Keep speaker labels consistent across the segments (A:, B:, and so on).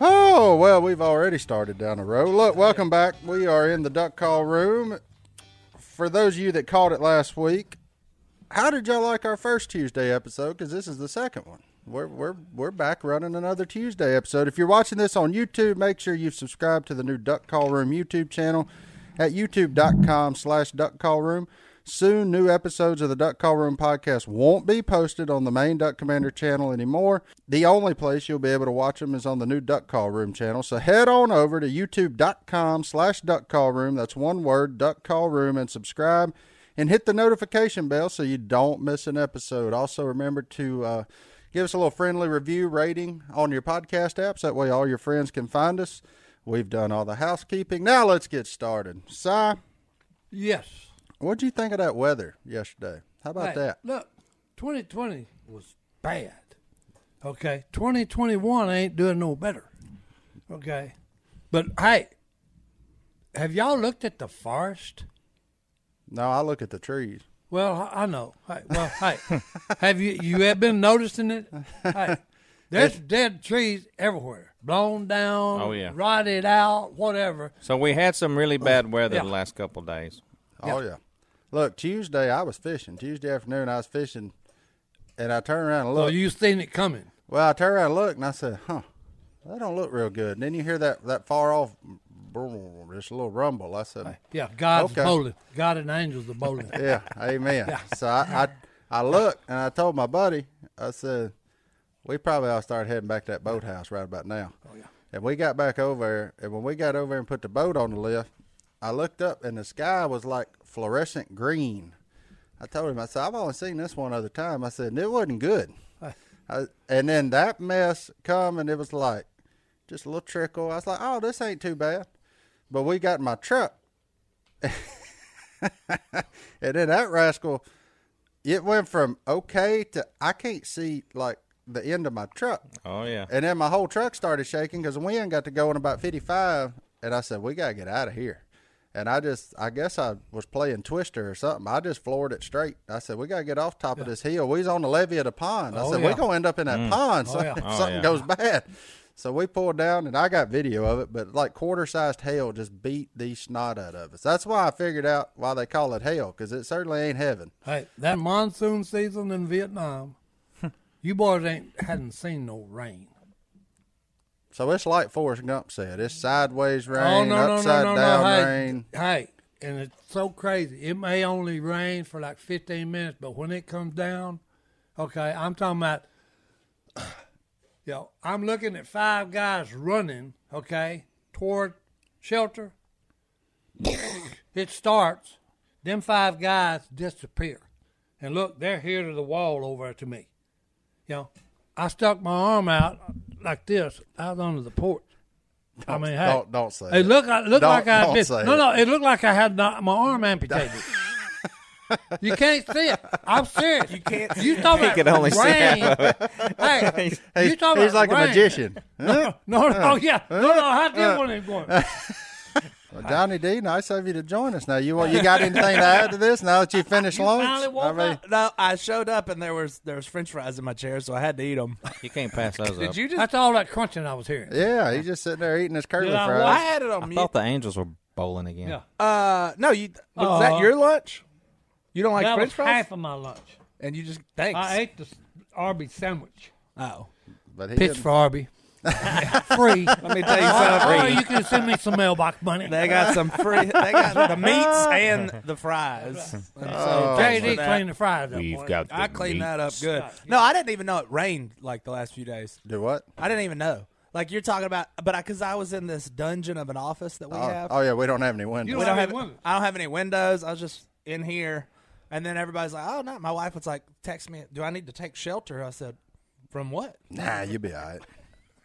A: Oh, well, we've already started down the road. Look, welcome back. We are in the duck call room. For those of you that caught it last week, how did y'all like our first Tuesday episode? Because this is the second one. We're, we're, we're back running another Tuesday episode. If you're watching this on YouTube, make sure you've subscribed to the new Duck Call Room YouTube channel at youtube.com slash duck call room. Soon, new episodes of the Duck Call Room podcast won't be posted on the main Duck Commander channel anymore. The only place you'll be able to watch them is on the new Duck Call Room channel. So head on over to youtube.com slash duck call room. That's one word, duck call room, and subscribe and hit the notification bell so you don't miss an episode. Also, remember to uh, give us a little friendly review rating on your podcast apps. That way, all your friends can find us. We've done all the housekeeping. Now, let's get started. Si,
B: Yes.
A: what'd you think of that weather yesterday? How about
B: Hey,
A: that?
B: Look, 2020 was bad. Okay. 2021 ain't doing no better. Okay. But hey, have y'all looked at the forest?
A: No, I look at the trees.
B: Well, I I know. Hey, well, hey, have you you have been noticing it? Hey, there's dead trees everywhere, blown down,
C: Oh, yeah.
B: rotted out, whatever.
C: So we had some really bad weather
B: Yeah.
C: the last couple of days.
A: Oh yeah. Look, Tuesday I was fishing. Tuesday afternoon I was fishing, and I turned around and
B: So
A: looked.
B: Oh, you seen it coming?
A: well, I turned around and looked, and I said, "Huh, that don't look real good." And then you hear that that far off, brrr, just a little rumble. I said,
B: Yeah, God's
A: Okay.
B: bowling. God and angels are bowling.
A: yeah, amen. So I, I I looked and I told my buddy, I said, we probably ought to start heading back to that boathouse right about now. Oh yeah. And we got back over there, and when we got over and put the boat on the lift, I looked up and the sky was like fluorescent green. I told him, I said, I've only seen this one other time. I said, and it wasn't good. I, and then that mess come and it was like just a little trickle. I was like, oh, this ain't too bad. But we got in my truck and then that rascal, it went from okay to I can't see like the end of my truck.
C: Oh yeah.
A: And then my whole truck started shaking because the wind got to going about 55. And I said, we got to get out of here. And I just, I guess I was playing Twister or something. I just floored it straight. I said, we got to get off top of this hill. We was on the levee of the pond. I
B: Oh,
A: said,
B: yeah.
A: we're going to end up in that pond. So,
B: yeah.
A: if
C: Mm. Oh,
A: something
C: yeah.
A: goes bad. So we pulled down and I got video of it, but like quarter sized hail just beat the snot out of us. That's why I figured out why they call it hail because it certainly ain't heaven.
B: Hey, that monsoon season in Vietnam, you boys ain't hadn't seen no rain.
A: So it's like Forrest Gump said, it's sideways rain,
B: oh no no
A: upside
B: no no
A: down
B: no! Hey,
A: rain.
B: hey, and it's so crazy. It may only rain for like fifteen minutes, but when it comes down, okay, I'm talking about. You know, I'm looking at five guys running, okay, toward shelter. it starts, them five guys disappear, and look, they're here to the wall over to me. You know, I stuck my arm out like this out under the porch. I mean, hey,
A: don't- don't say
B: It
A: it.
B: looked like, looked
A: Don't-
B: like I had
A: don't
B: been-
A: say
B: no
A: it.
B: no. It looked like I had not, my arm amputated. you can't see it. I'm serious. You can't. You talking about
C: can only see
B: rain? hey, you
A: He's,
B: talking
A: he's
B: about
A: like a
B: rain.
A: magician.
B: No, no, no, yeah, no, no. I did one of them going.
A: Well, Johnny D, nice of you to join us. Now, you want you got anything to add to this? Now that you finished
B: You
A: lunch,
B: finally woke up.
D: No, I showed up and there was there was French fries in my chair, so I had to eat them.
C: You can't pass those up.
D: Did you just?
B: That's all that crunching I was hearing.
A: yeah, he's just sitting there eating his curly
B: Did I
D: I
A: fries.
D: had it on
C: I
D: mute.
C: thought the Angels were bowling again.
B: Yeah.
D: uh, no, you was
B: Uh,
D: that your lunch? You don't like
B: that
D: French
B: was
D: fries?
B: half of my lunch.
D: and you just thanks.
B: I ate the s- Arby's sandwich.
D: oh,
A: But he
B: Pitch
A: didn't-
B: for Arby. Free.
D: let me tell you something.
B: Or you can send me some mailbox money.
D: They got some free. They got the meats and the fries. And so thanks for
B: JD
D: that.
B: cleaned the fries up. boy.
D: I cleaned that up good. No, I didn't even know it rained like the last few days.
A: do what?
D: I didn't even know. Like you're talking about, but I because I was in this dungeon of an office that we
A: Oh,
D: have.
A: oh, yeah, we don't have any
B: You
A: windows.
B: don't
D: I
B: have
D: don't have.
B: any windows.
D: I don't have any windows. I was just in here. And then everybody's like, "Oh no!" My wife was like, "Text me. Do I need to take shelter?" I said, "From what?"
A: Nah, you'll be all right.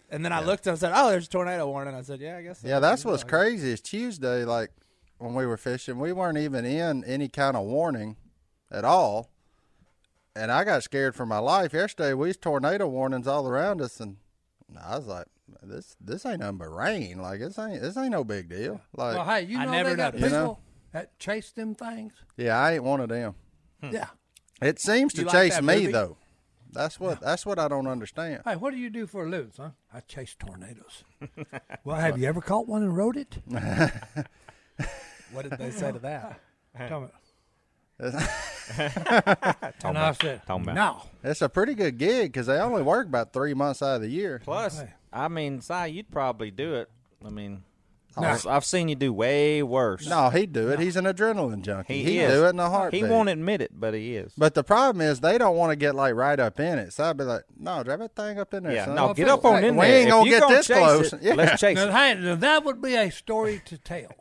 D: And then I looked and I said, "Oh, there's a tornado warning." I said, "Yeah, I guess." So.
A: Yeah, that's what's crazy is Tuesday, like when we were fishing, we weren't even in any kind of warning at all. And I got scared for my life. Yesterday we was tornado warnings all around us and I was like, This this ain't nothing but rain. Like this ain't this ain't no big deal. Like
B: Well, hey, you
D: I
B: know
D: never
B: they got
D: noticed.
A: You
B: people
A: know?
B: that chase them things.
A: Yeah, I ain't one of them.
B: Yeah.
A: It seems to
D: You like
A: chase
D: that
A: me
D: movie?
A: though. That's what that's what I don't understand.
B: Hey, what do you do for a living, son? I chase tornadoes. well, have you ever caught one and rode it?
D: What did they say to that?
B: Tell me. and I said,
C: Talking about-
B: no.
A: It's a pretty good gig because they only work about three months out of the year.
C: Plus, I mean, Si, you'd probably do it. I mean,
B: Nah.
C: I've- I've seen you do way worse.
A: No, he'd do it. He's an adrenaline junkie.
C: he,
A: He would
C: is.
A: do it in a heartbeat.
C: He won't admit it, but he is.
A: But the problem is they don't want to get like right up in it. So I'd be like, no, drive that thing up in there.
C: yeah,
A: son.
C: no, get up on in
A: We
C: there.
A: ain't
C: If
A: gonna
C: you
A: get this
C: chase
A: close.
C: it,
A: Yeah.
C: Let's chase
B: Now,
C: it.
B: hey, now that would be a story to tell.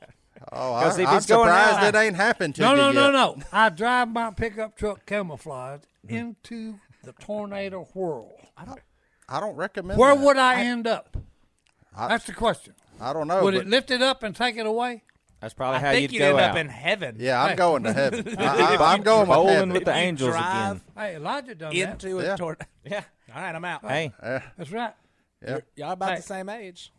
A: Oh,
C: 'Cause
A: I,
C: if
A: I'm
C: it's going
A: surprised
C: out-
A: it ain't happened to
B: No,
A: you
B: no, no,
A: yet.
B: no. I drive my pickup truck camouflaged into the tornado whirl.
A: Hmm. I don't recommend.
B: Where
A: that.
B: would I, end up?
A: I-
B: That's the question.
A: I don't know.
B: would
A: but-
B: it lift it up and take it away?
C: That's probably
D: I
C: how
D: think
C: you'd
D: you'd
C: go
D: end
C: out.
D: up in heaven.
A: yeah, I'm going to heaven. I,
C: If
A: I, I'm
C: you
A: going with
C: bowling
A: heaven.
C: with the
D: You
C: angels
D: drive
C: again.
B: Hey, Elijah done that.
D: into
A: Yeah.
D: a tornado.
C: Yeah.
D: All right, I'm out.
C: Hey,
B: That's right.
D: Y'all about
B: Hey.
D: the same age.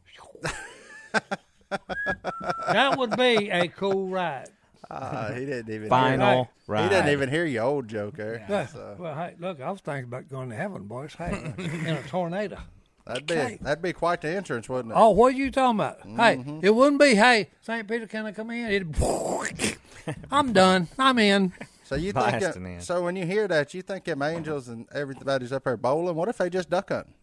B: That would be a cool ride.
A: Ah, he didn't even. Hear,
C: final ride.
A: He didn't even hear your old joke there.
B: Yeah.
A: So
B: Well, hey, look, I was thinking about going to heaven, boys. Hey, in a tornado.
A: that'd be
B: Okay.
A: that'd be quite the entrance, wouldn't it?
B: Oh, what are you talking about?
A: Mm-hmm.
B: Hey, it wouldn't be, hey, St. Peter, can I come in? It'd, I'm done. I'm in.
A: so you think?
C: Blasting
A: that-
C: in.
A: So when you hear that, you think them angels and everybody's up there bowling. What if they just duck hunting?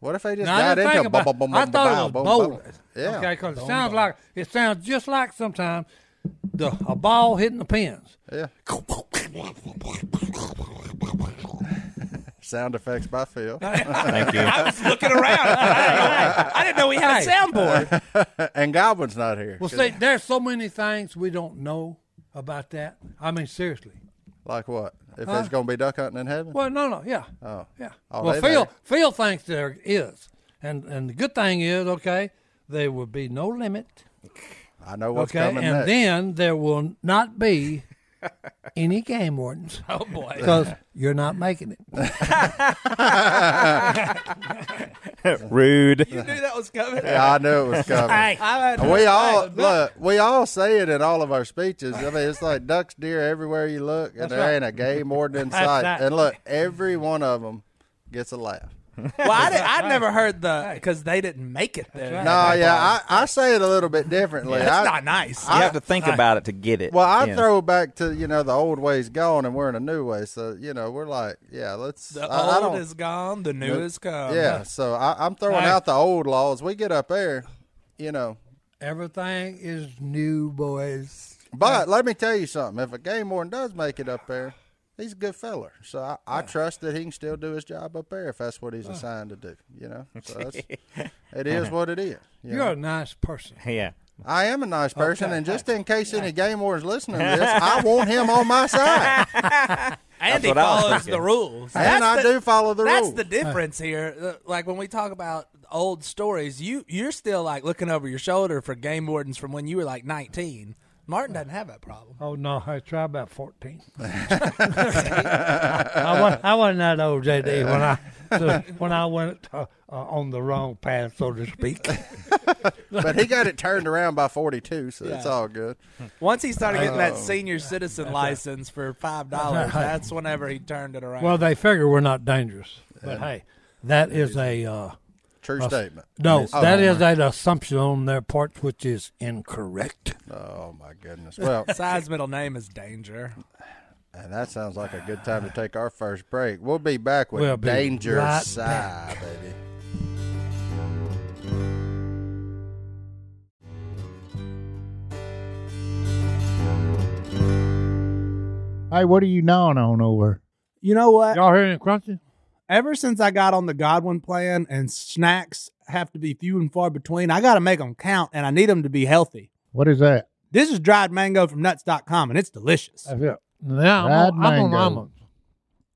A: What if they just
B: No, I
A: got
B: didn't
A: into?
B: think about
A: bum, bum,
B: I
A: bum,
B: thought it
A: bow,
B: was
A: boom, boom?
B: bowling.
A: Yeah.
B: Okay, because it sounds like it sounds just like sometimes the a ball hitting the pins.
A: Yeah. Sound effects by Phil.
C: Thank you.
D: I was looking around. I, I didn't know we had a soundboard.
A: and Godwin's not here.
B: Well,
A: 'cause-
B: see, there's so many things we don't know about that. I mean, seriously.
A: like what? If there's going to be duck hunting in heaven?
B: Well, no, no, yeah, yeah.
A: Oh,
B: well,
A: they
B: Phil,
A: there.
B: Phil thinks there is, and and the good thing is, okay, there will be no limit,
A: I know what's
B: okay,
A: coming
B: and
A: next.
B: then there will not be any game wardens
D: Oh boy.
B: because you're not making it.
C: Rude.
D: you knew that was coming.
A: yeah, I knew it was coming.
D: I had-
A: we all look. We all say it in all of our speeches. I mean, it's like ducks, deer everywhere you look, and there ain't a game warden in sight.
B: right.
A: And look, every one of them gets a laugh.
D: Well, I, did, I never heard the because they didn't make it there.
A: No, yeah, I, I say it a little bit differently.
D: that's
A: I,
D: not nice.
C: You have to think about it to get it.
A: Well, I
C: Yeah.
A: throw back to you know the old ways gone, and we're in a new way. So you know we're like, yeah, let's.
D: the
A: I, I
D: old
A: don't-
D: is gone, the new is come.
A: yeah, so I, I'm throwing
B: Hey.
A: out the old laws. We get up there, you know.
B: Everything is new, boys.
A: But let me tell you something. If a game warden does make it up there, he's a good feller. So I, I trust that he can still do his job up there if that's what he's assigned to do. You know, so that's, it is what it is. you know?
B: You're a nice person.
C: Yeah.
A: I am a nice person, and just in case any game wardens listening to this, I want him on my side,
D: Andy
C: what I was
D: follows
C: thinking.
D: the rules.
A: and I do follow the
D: That's
A: rules.
D: the difference here. Uh, Like when we talk about old stories, you you're still like looking over your shoulder for game wardens from when you were like 19. Martin doesn't have that problem.
B: Oh no, I try about fourteen. I, wa- I wasn't that old, JD, when I when I went uh, uh, on the wrong path, so to speak.
A: but he got it turned around by 42, so it's
D: Yeah.
A: all good.
D: Once he started getting
E: Oh.
D: that senior citizen license for five dollars, that's whenever he turned it around.
B: Well, they figure we're not dangerous, but hey, that is a uh,
A: True statement.
B: no,
A: Oh,
B: that is an assumption on their part which is incorrect.
A: Oh my goodness. Well,
D: Si's middle name is Danger.
A: and that sounds like a good time to take our first break. We'll be back with
B: We'll be
A: Danger
B: right
A: Side, baby.
F: Hey, what are you gnawing on over?
E: You know what?
B: Y'all hearing it crunching?
E: Ever since I got on the Godwin plan and snacks have to be few and far between, I got to make them count and I need them to be healthy.
F: What is that?
E: This is dried mango from nuts.com and it's delicious.
F: That's it.
G: Yeah, I'm, on, I'm
F: Fried
G: on
F: mangoes.
G: almonds.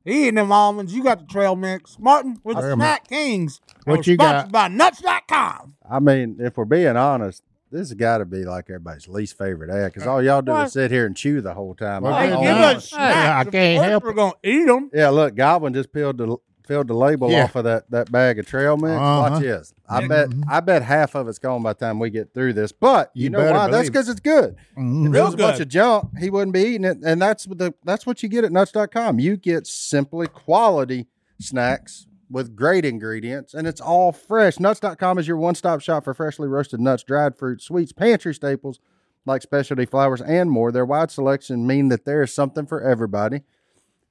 E: He eating them almonds. You got the trail mix. Martin with the
F: Damn.
E: Snack Kings.
F: What
E: We're
F: you
E: sponsored by nuts.com.
A: I mean, if we're being honest, this has got to be like everybody's least favorite ad because all y'all do is sit here and chew the whole time.
F: Well,
A: I
F: then
A: don't
F: give
A: know.
F: us snacks. I can't help
E: We're going to eat them.
A: yeah, look, Goblin just peeled the peeled the label
F: Yeah.
A: off of that that bag of trail mix.
F: Uh-huh. Mm-hmm.
A: Watch this. I bet I bet half of it's gone by the time we get through this. But you,
F: You
A: know
F: better
A: why? That's
F: believe it.
A: because it's good.
F: Mm.
A: If it was a
E: good.
A: bunch of junk, he wouldn't be eating it. And that's what the that's what you get at nuts.com. You get simply quality snacks with great ingredients and it's all fresh. Nuts.com is your one-stop shop for freshly roasted nuts, dried fruit, sweets, pantry staples like specialty flowers and more. Their wide selection mean that there is something for everybody.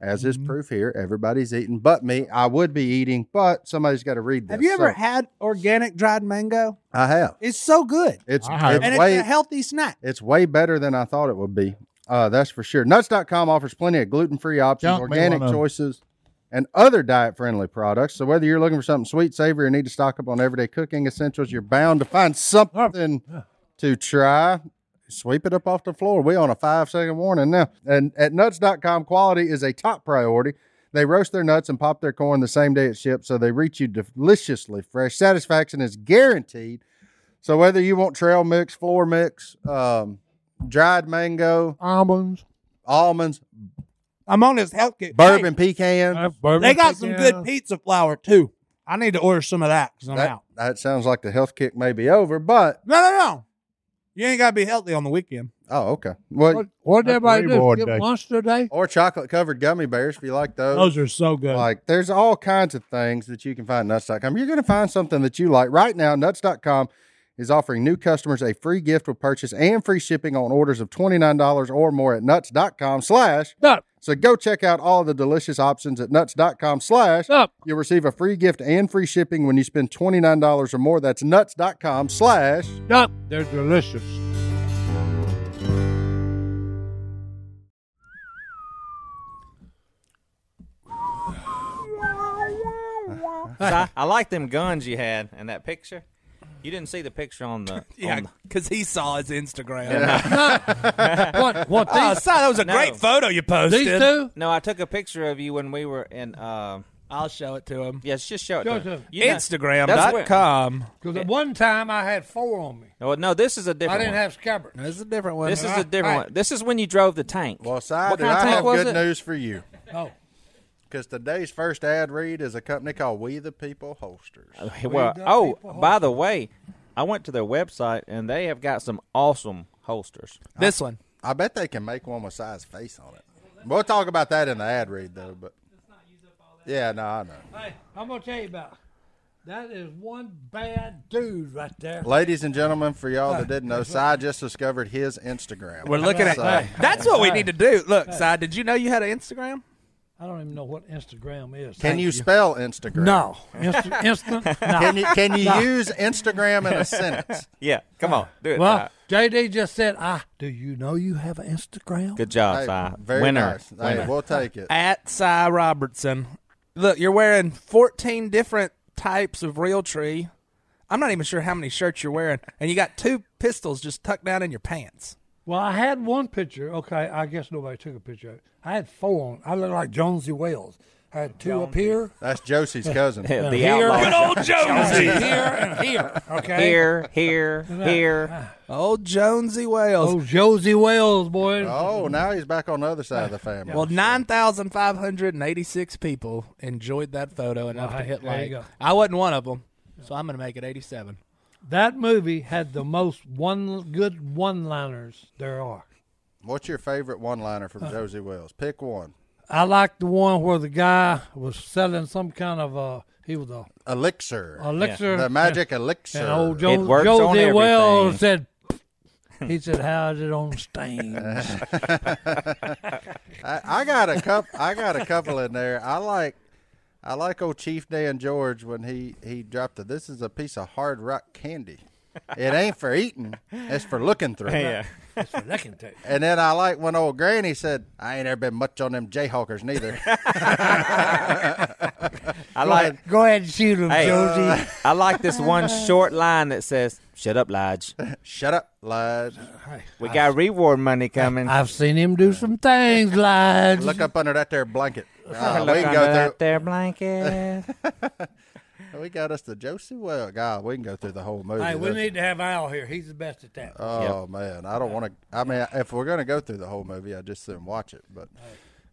A: As
F: Mm-hmm.
A: is proof here, everybody's eating but me. I would be eating, but somebody's got to read this.
E: Have you ever
A: So,
E: had organic dried mango?
A: I have.
E: It's so good.
A: It's,
F: I have.
A: it's
E: and
A: way
E: it's a healthy snack.
A: It's way better than I thought it would be. Uh, that's for sure. Nuts.com offers plenty of gluten free options,
F: Junk me
A: organic
F: one of 'em.
A: choices, and other diet friendly products. So, whether you're looking for something sweet, savory, or need to stock up on everyday cooking essentials, you're bound to find something to try. Sweep it up off the floor. We on a five second warning now. And at nuts.com, quality is a top priority. They roast their nuts and pop their corn the same day it ships, so they reach you deliciously fresh. Satisfaction is guaranteed. So whether you want trail mix, floor mix, um, dried mango,
G: Almonds.
A: almonds,
E: I'm on this health kit.
A: bourbon pecan,
G: I've bourbon
E: They got some
G: pecan.
E: good pizza flour too. I need to order some of that because I'm
A: that,
E: out.
A: that sounds like the health kick may be over, but
E: No, no, no. You ain't got to be healthy on the weekend.
A: oh okay. Well,
G: What, what did
F: That's
G: everybody do?
F: reward
G: Get
F: day.
G: lunch today?
A: or chocolate covered gummy bears if you like those.
E: Those are so good.
A: Like, there's all kinds of things that you can find at nuts.com. You're going to find something that you like. Right now, nuts.com is offering new customers a free gift with purchase and free shipping on orders of $29 or more at nuts.com slash.
G: Nut.
A: So go check out all the delicious options at nuts.com slash.
G: Nut.
A: You'll receive a free gift and free shipping when you spend $29 or more. That's nuts.com slash.
G: Yup, they're delicious.
C: I, I like them guns you had in that picture. You didn't see the picture on the.
D: Yeah,
C: on the-
D: because he saw his Instagram.
G: What? What
C: Ah,
D: Oh,
G: these?
D: son, that was a
C: No.
D: great photo you posted.
G: These two?
C: no, I took a picture of you when we were in. Uh,
D: I'll show it to him.
C: yeah, just show it.
G: Show
C: to
G: it to
C: them.
G: him.
C: You know- That's where-
D: Instagram.com.
B: Because at one time I had four on me.
C: Oh, no, this is a different.
B: I didn't
C: one.
B: have scabbard.
D: This is a different one.
C: This is a different
B: All right.
C: one. This is when you drove the tank.
A: Well, side,
C: what
A: do
C: kind of
A: I
C: tank
A: have
C: was
A: good
C: it?
A: news for you.
B: Oh,
A: Because today's first ad read is a company called We the People Holsters.
C: Well,
B: got
C: oh,
B: people
C: by the way, I went to their website and they have got some awesome holsters.
D: this one.
A: I bet they can make one with size face on it. We'll talk about that in the ad read though, but yeah, no, I know.
B: hey, I'm gonna tell you about. That is one bad dude right there.
A: Ladies and gentlemen, for y'all that didn't know, Cy just discovered his Instagram.
D: We're looking at.
A: So,
D: That's what we need to do. Look, Si, did you know you had an Instagram?
B: I don't even know what Instagram is.
A: can you spell Instagram?
B: No, instant. instant no.
A: Can you can you use Instagram in a sentence?
C: Yeah, come on, do it.
B: Well,
C: Si.
B: JD just said, "Ah, do you know you have an Instagram?"
C: Good job,
A: Hey,
C: Si.
A: very
C: Winner.
A: nice. Hey,
C: Winner.
A: we'll take it.
D: At Si Robertson. Look, you're wearing 14 different types of real tree. I'm not even sure how many shirts you're wearing, and you got two pistols just tucked down in your pants.
B: Well, I had one picture. Okay, I guess nobody took a picture. of it. I had four on. I looked like Jonesy Wales. I had two up here,
A: That's Josie's cousin.
C: Yeah, the
B: here,
C: outlaw.
D: old Jonesy.
B: here, and here. Okay.
C: Here, here, here.
D: old Jonesy Wales.
B: Oh, Josie Wales, boys.
A: Oh, now he's back on the other side of the family.
D: Well, 9,586 people enjoyed that photo enough to
B: hey,
D: hit
B: there you
D: like.
B: go.
D: I wasn't one of them, so I'm going to make it 87.
B: That movie had the most one good one-liners there are.
A: What's your favorite one-liner from Josie Wells? Pick one.
B: I liked the one where the guy was selling some kind of a he was a
A: Elixir.
B: elixir.
A: The magic elixir.
B: And old
C: It
B: jo-
C: works on
B: Josie
C: everything.
B: Wells said, he said, "How's it on stains?"
A: I, I got a cup. I got a couple in there. I like, I like old Chief Dan George when he he dropped the. This is a piece of hard rock candy. It ain't for eating. It's for looking through.
C: Yeah.
B: That's what I can tell you.
A: And then I like when old Granny said, "I ain't ever been much on them Jayhawkers neither."
C: I like.
B: Go ahead and shoot him,
C: Hey,
B: Josie.
C: I like this one short line that says, Shut up, Lodge.
A: Shut up, lads.
C: We got reward money coming.
B: I've seen him do some things, lads.
A: Look up under that there blanket. Ah,
C: Look
A: we can
C: under
A: go
C: that there blanket.
A: through. We got us the Josie Well. God, we can go through the whole movie.
B: Hey, we
A: That's-
B: need to have Al here. He's the best at that.
A: Oh man, I don't want to. I mean, if we're gonna go through the whole movie, I just didn't watch it. But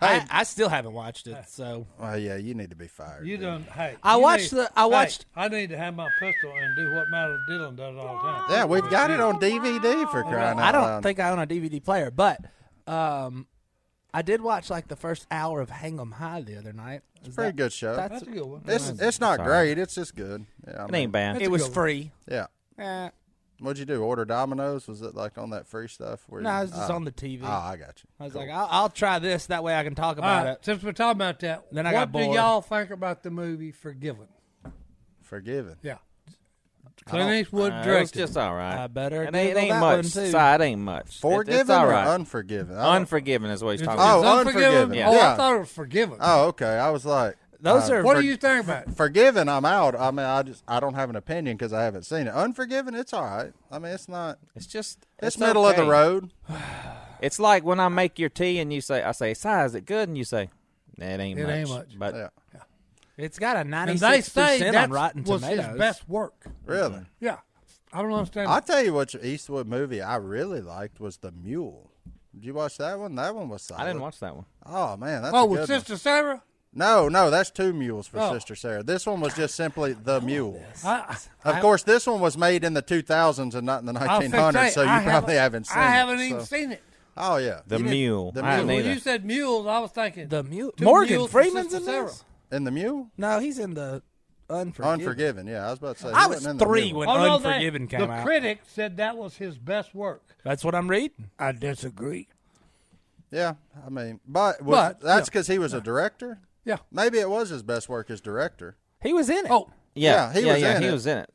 D: I, I still haven't watched it, so
A: oh yeah, you need to be fired.
B: you done? Hey,
D: I
B: you
D: watched
B: need-
D: the- I
B: hey,
D: watched-
B: I need to have my pistol and do what Madeline Dillon does all the time.
A: Yeah, we've got it on DVD for crying out
D: I don't
B: um,
A: loud.
D: think I own a DVD player. But um, I did watch like the first hour of Hang'em High the other night. Is
A: pretty
D: that-
A: good show.
D: that's-
B: That's a good one.
A: it's it's not great. It's just good. Yeah, I
C: It ain't
A: mean,
C: bad.
D: It was free.
A: yeah.
D: Eh,
A: What'd you do? Order Domino's? Was it like on that free stuff? Where
D: no,
A: you,
D: it was just
B: Uh,
A: Ah.
D: on the TV.
A: Ah, I got you.
D: I was
A: Cool.
D: like, I'll, I'll try this. That way, I can talk
B: All
D: about
B: right,
D: it.
B: since we're talking about that,
D: Then I
B: what
D: got
B: do
D: bored.
B: y'all think about the movie Forgiven?
A: forgiven.
B: Yeah, Clint Eastwood
C: Uh, it was
B: directed.
C: just all right.
D: I better
C: It
D: Google
C: ain't, it ain't
D: that
C: much.
D: one, too.
C: Si, it ain't much. It-
A: Forgiven
C: it's all
A: or
C: right.
A: unforgiven? I don't-
C: Unforgiven is what he's talking
A: Oh,
C: about.
B: It's
A: Unforgiven.
B: Oh,
A: Yeah.
B: I thought it was Forgiven.
A: oh, okay. I was like,
D: Those
A: uh,
D: are
B: what do you think about? it?
A: forgiven. I'm out. I mean, I just I don't have an opinion because I haven't seen it. Unforgiven. It's all right. I mean, it's not.
C: It's just
A: It's, middle of
C: okay.
A: the road.
C: It's like when I make your tea and you say, I say, Si, is it good? And you say, nah, it ain't
B: It
C: much.
B: ain't much.
C: But
A: Yeah,
D: It's got a
B: And they
D: ninety-six
B: say
D: percent
B: that
D: on Rotten
B: was
D: Tomatoes.
B: his best work.
A: really.
B: Yeah, I don't understand.
A: I'll tell you what Eastwood movie I really liked was The Mule. Did you watch that one? That one was solid.
C: I didn't watch that one.
A: Oh man, that's a
B: oh,
A: good
B: with
A: one.
B: Sister Sarah.
A: No, no, that's two mules for
B: Oh.
A: Sister Sarah. This one was just simply The Mule.
B: I,
A: Of course, this one was made in the 2000s and not in the
B: I'll
A: 1900s,
B: fix
A: so
B: that.
A: you
B: I
A: probably haven't seen
B: I
A: it,
B: haven't even
A: so-
B: seen it.
A: Oh yeah,
C: The
A: You didn't-
C: Mule.
A: The
C: I haven't
A: Mule.
B: When
C: either.
B: you said mules, I was thinking
D: The mule.
B: two
D: Morgan
B: mules for
D: Freeman's
B: Sister
D: in
B: Sarah.
D: this.
A: In the Mule,
D: No, he's in the Unforgiven.
A: Unforgiven. Yeah, I was about to say.
D: I
A: he
D: was
A: wasn't in The
D: three
A: Mule.
D: when
B: Oh, no, they-
D: Unforgiven came
B: the
D: out.
B: critic said that was his best work.
D: That's what I'm reading.
B: I disagree.
A: Yeah, I mean, but, was-
B: But,
A: that's because he was a director.
B: Yeah.
A: Maybe it was his best work as director.
D: He was in it.
B: Oh,
C: Yeah,
A: Yeah, he
C: yeah,
A: was
C: yeah,
A: in
C: he
A: it.
C: was in it.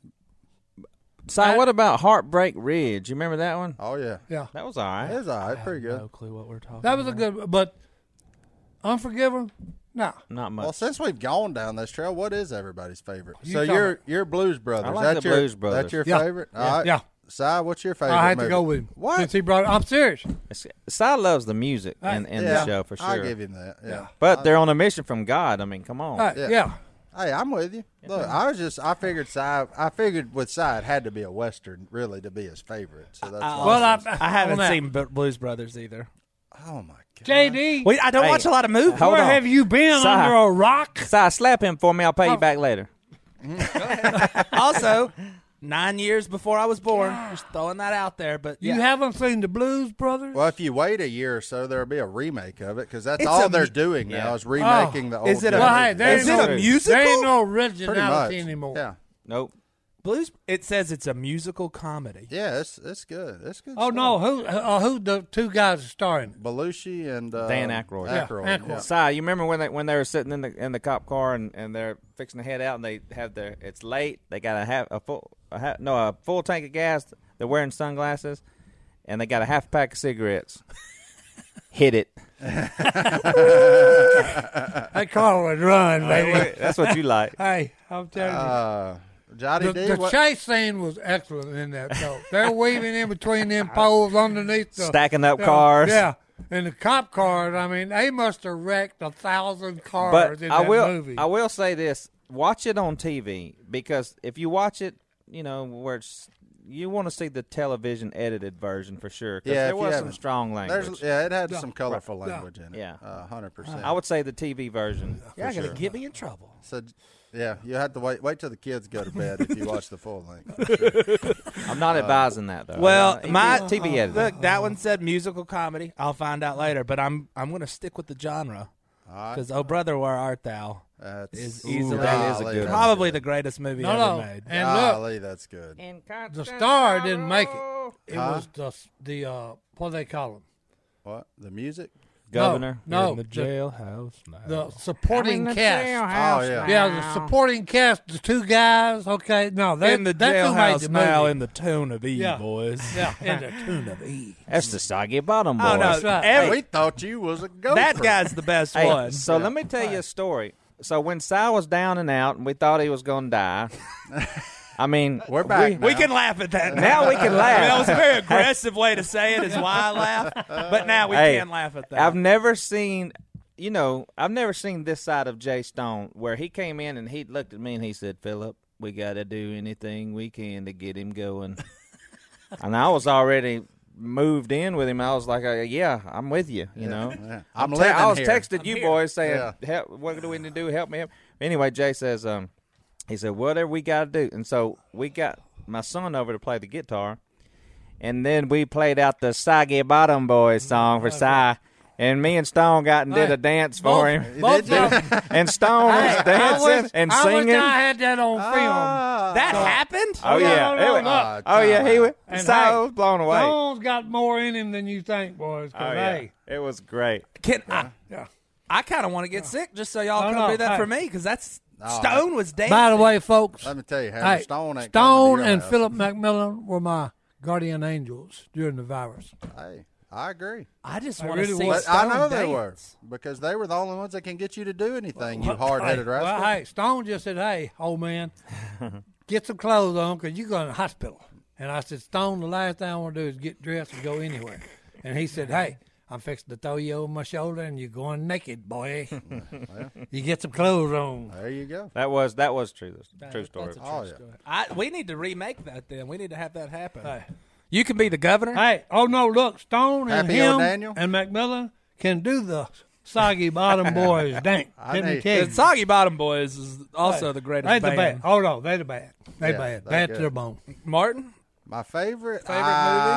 C: Si, what about Heartbreak Ridge? You remember that one?
A: Oh yeah,
B: yeah,
C: That was all right.
A: it was all right, pretty good.
D: no clue what we're talking.
B: that was a good. But Unforgiven, no.
C: Not much.
A: Well, since we've gone down this trail, what is everybody's favorite?
B: You
A: so
B: talking
A: your your Blues Brothers.
C: I like
A: that's
C: the
A: your,
C: Blues Brothers.
A: That's your
B: Yeah.
A: favorite. All right.
B: Yeah.
A: Si, what's your favorite?
B: I had to
A: movie?
B: go with him.
A: What?
B: Since he brought, I'm serious.
C: Si loves the music in, in
A: Yeah,
C: the show for sure.
A: I'll give him that. Yeah.
C: But they're on a mission from God. I mean, come on.
B: All right,
A: Yeah.
B: yeah.
A: Hey, I'm with you. Look, I was just I figured Si I figured with Si it had to be a Western really to be his favorite. So that's why-
B: Uh, Well, I,
D: I haven't
B: on that.
D: seen Bu- Blues Brothers either.
A: Oh my god.
B: JD.
D: Wait, I don't
C: Hey,
D: watch a lot of movies.
C: hold
B: where
C: on.
B: have you been
C: Si.
B: under a rock?
C: Si, slap him for me. I'll pay you back later.
D: also, nine years before I was born. Just throwing that out there, but yeah.
B: You haven't seen the Blues Brothers?
A: Well, if you wait a year or so, there'll be a remake of it because that's
D: It's
A: all
D: a
A: they're
D: mu-
A: doing now
C: Yeah.
A: is remaking
B: Oh.
A: the old.
D: Is it a-
A: Disney
B: Well, hey, there
A: movies.
D: is
B: ain't no-
D: it a
B: There
D: musical?
B: ain't no
A: Pretty much.
B: originality anymore.
A: Yeah,
C: Nope.
D: Blues. It says it's a musical comedy.
A: yeah, it's it's good. It's good.
B: Oh
A: stuff.
B: no, who uh, who the two guys are starring?
A: Belushi and uh,
C: Dan Aykroyd.
B: Yeah,
A: Aykroyd.
B: Aykroyd.
A: yeah.
C: Si, you remember when they when they were sitting in the in the cop car and, and they're fixing to head out and they have their it's late they got a half a full a half, no a full tank of gas they're wearing sunglasses and they got a half pack of cigarettes. Hit it.
B: That car would run, baby.
C: That's what you like.
B: hey, I'm telling you.
A: Uh, Johnny
B: the,
A: D.
B: the
A: what-
B: chase scene was excellent in that though. They're weaving in between them poles underneath the
C: Stacking up
B: you know,
C: cars.
B: Yeah. And the cop cars, I mean, they must have wrecked a thousand cars
C: But
B: in
C: I
B: that
C: will
B: movie.
C: I will say this: watch it on TV because if you watch it, you know where it's you want to see the television edited version for sure. 'cause
A: Yeah, if
C: there
A: you
C: was some
A: haven't-
C: strong
A: There's-
C: language.
A: yeah, it had some colorful language in it. Uh,
C: Yeah.
A: hundred percent.
C: I would say the TV version.
D: You're not gonna get me in trouble.
C: Oh,
A: So, yeah, you had to wait. Wait till the kids go to bed if you watch the full length.
C: I'm
A: Uh,
C: not advising that though.
D: Well,
C: Uh,
D: my
B: Uh-huh.
C: TV edited.
D: Look, that one said musical comedy. I'll find out later, but I'm I'm gonna stick with the genre because Oh Brother, Where Art Thou
A: That's
D: is
A: Ooh,
D: easily
C: that is a good one.
D: probably the greatest movie
B: no,
D: ever
B: no.
D: made.
B: And look,
A: Golly, that's good.
B: the star didn't make it. It was the the uh, what do they call him?
A: What the music?
C: Governor.
B: No,
D: in
B: no
D: the
B: the,
D: jailhouse. now.
B: the supporting cast.
A: Oh, yeah.
B: Yeah, the supporting cast, the two guys. Okay, no, they
D: in the
B: that's who made
D: jailhouse
B: the
D: now,
B: movie.
D: in the tone of E,
B: Yeah.
D: boys.
B: yeah, in the tune of E.
C: That's the soggy bottom boy.
D: Oh no,
B: That's right.
D: every-
A: we thought you was a gopher.
D: that guy's the best
C: Hey,
D: one.
C: so let me tell you a story. So when Si was down and out, and we thought he was going to die, I mean,
A: We're back. now.
D: We can laugh at that
C: now we can laugh.
D: I mean, that was a very aggressive way to say it. Is why I laugh. But now we
C: Hey,
D: can laugh at that.
C: I've never seen, you know, I've never seen this side of Jay Stone where he came in and he looked at me and he said, "Philip, we got to do anything we can to get him going." and I was already moved in with him. I was like, uh, "Yeah, I'm with you." You know,
A: I'm
C: te-
A: living
C: I was
A: here.
C: texting you boys saying,
A: Yeah.
C: "Help! What do we need to do? Help me!" Help. Anyway, Jay says, um, he said, "Whatever we got to do," and so we got my son over to play the guitar. And then we played out the Soggy Bottom Boys song for Cy. And me and Stone got and did
B: Oh, Hey,
C: a dance for
B: both-
C: him.
B: both of them.
C: And Stone
B: Hey,
C: was
B: I
C: dancing
B: wish,
C: and
B: I
C: singing. Ah,
B: Wish I had that on film.
D: that happened.
C: oh, yeah.
B: no, no,
C: It was-
B: no.
C: oh, yeah. He was,
B: And
C: Cy
B: hey,
C: was blown away.
B: Stone's got more in him than you think, boys. 'cause,
C: Oh, yeah.
B: hey,
C: It was great.
D: Can I?
B: Yeah.
D: I kind of want to get sick just so y'all
B: No,
D: come
B: Oh, no,
D: do that
B: hey.
D: for me because that's
C: Oh,
D: Stone was dancing.
B: By the way, folks,
A: Let me tell you, Hammer
B: hey,
A: Stone ain't coming
B: Stone
A: to your
B: and
A: house.
B: Philip McMillan were my guardian angels during the virus.
A: Hey, I agree.
D: I just
B: I
D: want to
B: really
D: see.
B: was.
A: But I
D: Stone
A: know they
D: dance.
A: were because they were the only ones that can get you to do anything. You hard-headed rascal.
B: Well, hey, Stone just said, "Hey, old man, get some clothes on because you're going to the hospital." And I said, "Stone, the last thing I want to do is get dressed and go anywhere." And he said, "Hey, I'm fixing to throw you over my shoulder, and you're going naked, boy. you get some clothes on."
A: There you go.
C: That was that was true. True story.
A: Oh yeah.
D: I, we need to remake that. Then we need to have that happen.
B: Hey.
D: You can be the governor.
B: Hey, oh no, look, Stone and
A: Happy
B: him
A: old Daniel.
B: and McMillan can do the soggy bottom boys dang. Let me
A: need-
B: tell you.
D: The Soggy Bottom Boys is also the greatest
B: They the
D: band.
B: bad. Hold on, they the bad. They
A: Yeah,
B: bad.
A: they
B: Bad
A: good.
B: to the bone.
D: Martin,
A: My favorite favorite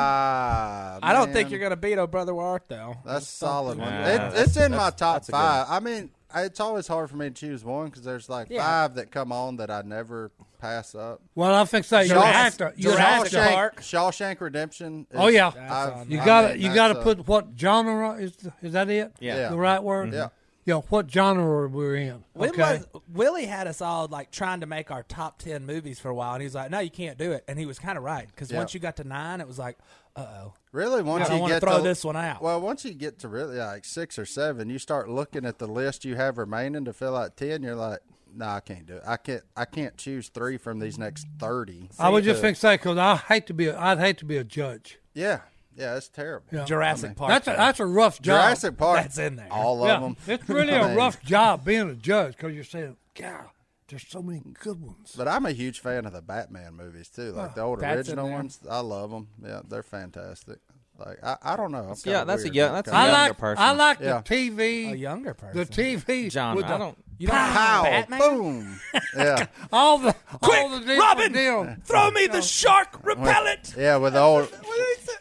A: movie.
D: I don't think you're gonna beat Oh Brother Where Art though.
A: That's a solid one.
C: Nah,
A: It,
C: that's-
A: it's in my top
C: that's a good one.
A: five. I mean, it's always hard for me to choose one because there's like five that come on that I never pass up.
B: Well, I think say you have to. You have
D: Jurassic
B: to.
D: Park.
A: Shawshank Redemption. Is,
B: Oh, yeah.
A: I've-
D: That's
B: You
A: I
B: got to.
A: mean,
B: You
A: that's
B: got to
A: a-
B: put what genre is? th- Is that it?
C: Yeah.
A: Yeah. Mm-hmm.
B: The right word.
A: Yeah.
B: You know what genre we're in.
D: When
B: okay.
D: was Willie had us all like trying to make our top ten movies for a while, and he was like, "No, you can't do it," and he was kind of right because
A: Yeah.
D: once you got to nine, it was like, "Uh oh."
A: Really, once
D: I
A: you
D: wanna
A: get
D: throw
A: to,
D: this one out.
A: Well, once you get to really like six or seven, you start looking at the list you have remaining to fill out ten. You're like, no, I can't do it. I can't. I can't choose three from these next thirty.
B: I would just think say because I hate to be. A, I'd hate to be a judge.
A: Yeah, yeah, that's terrible.
B: Yeah.
D: Jurassic Park.
B: That's a,
D: though.
B: that's a rough job.
A: Jurassic Park.
D: That's in there.
A: All of them.
B: It's really
A: I
B: a
A: mean,
B: rough job being a judge because you're saying, God, there's so many good ones.
A: But I'm a huge fan of the Batman movies too, like the old
D: Oh, that's in
A: original
D: there.
A: ones. I love them. Yeah, they're fantastic. Like I, I don't know. I'm
C: yeah,
A: kinda
C: that's a
A: weird
C: young-
A: when it
C: that's a
A: comes
B: I
C: younger
A: to-
B: like
C: person.
B: I like
A: Yeah.
B: the TV.
D: a younger person.
B: the TV
C: John,
B: with the,
C: I don't.
D: You don't
A: Pow!
D: Batman?
A: Boom! Yeah,
B: all the all
D: Quick,
B: the different
D: Robin,
B: deals.
D: throw me the shark repellent.
A: yeah. With the old,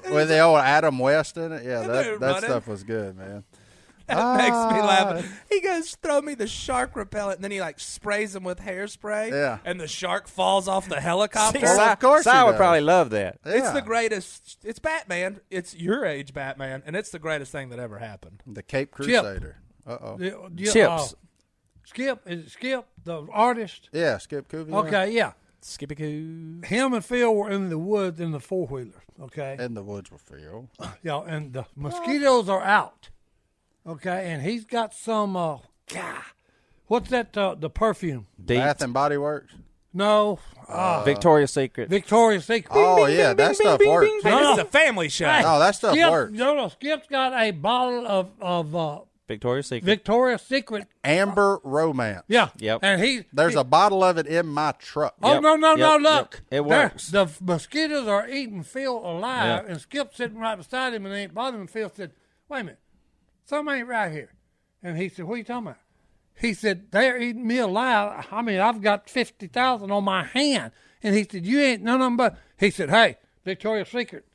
D: That
A: with the old Adam West in it. Yeah,
D: Dude,
A: that, that
D: buddy.
A: stuff was good, man. Ah,
D: makes me laugh. He goes, "Throw me the shark repellent," and then he like sprays him with hairspray.
A: Yeah.
D: and the shark falls off the helicopter.
A: Well, of course
C: Cy
A: he
C: would
A: does.
C: probably love that.
D: It's
A: Yeah.
D: the greatest. It's Batman. It's your age Batman, and it's the greatest thing that ever happened.
A: The Cape Crusader. Uh oh.
B: The- the-
C: Chips.
B: uh, Skip is it Skip the artist.
A: Yeah, Skip Cooper.
B: Okay, yeah.
D: Skippy Coo.
B: Him and Phil were in the woods in the four wheeler. Okay,
A: And the woods were filled.
B: yeah, and the mosquitoes are out. Okay, and he's got some. Uh, God, what's that? Uh, the perfume?
C: Deep.
A: Bath and Body Works.
B: No, uh,
C: Victoria's Secret.
B: Victoria's Secret.
A: Oh yeah, that stuff works.
D: Hey,
B: No,
D: this is
B: no.
D: a family show.
B: Hey,
A: Oh, that stuff
B: Skip,
A: works.
B: No, no, Skip's got a bottle of of uh,
C: Victoria's Secret.
B: Victoria's Secret.
A: Amber Romance.
B: Yeah.
C: Yep.
B: And he
A: There's a bottle of it in my truck.
B: Oh
C: Yep,
B: no no
C: yep,
B: no!
C: yep.
B: Look, There-
C: It works.
B: The f- mosquitoes are eating Phil alive,
C: Yeah.
B: and Skip's sitting right beside him, and they ain't bothering him. Phil said, "Wait a minute, something ain't right here," and he said, "What are you talking about?" He said, "They're eating me alive. I mean, I've got fifty thousand on my hand," and he said, "You ain't none of them." But he said, "Hey, Victoria's Secret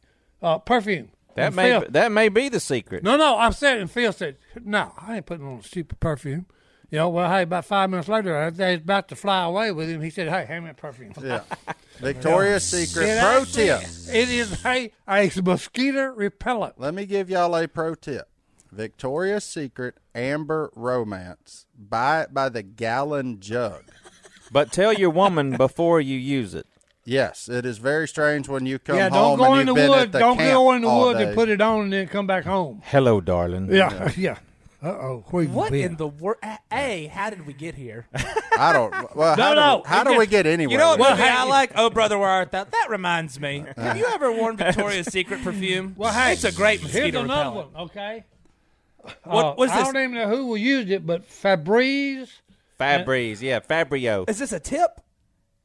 B: uh, perfume."
C: That
B: And
C: may
B: Phil-
C: be, that may be the secret.
B: no, no, I said, and Phil said, no, I ain't putting on a stupid perfume. You know, well, hey, about five minutes later, I was about to fly away with him. He said, hey, hand me that perfume.
A: Yeah. Victoria's Secret
B: It
A: pro
B: actually-
A: tip.
B: It is a, a mosquito repellent.
A: Let me give y'all a pro tip. Victoria's Secret Amber Romance. Buy it by the gallon jug.
C: But tell your woman before you use it.
A: Yes, it is very strange when you come
B: yeah,
A: home
B: don't go
A: and
B: in the
A: you've been
B: woods.
A: at the
B: Don't
A: camp
B: go in the
A: all
B: woods
A: day.
B: and put it on and then come back home.
C: Hello, darling.
B: Yeah, yeah. Uh oh. What
D: What in the world? A, how did we get here?
A: I don't. Well,
D: No,
A: how
D: no,
A: Do, how
D: it
A: do we
D: just-
A: get anywhere?
D: You know what
A: with
D: movie
A: it?
D: I like? Oh, Brother, Where Art Thou? That reminds me.
B: Uh-huh.
D: Have you ever worn Victoria's Secret perfume? Well,
B: hey,
D: it's a great
B: Here's
D: mosquito
B: another
D: repellent.
B: one. Okay.
D: What
B: Uh,
D: was
B: I
D: this?
B: don't even know who will use it, but Febreze.
C: Fabriz, yeah, Fabrio.
D: Is this a tip?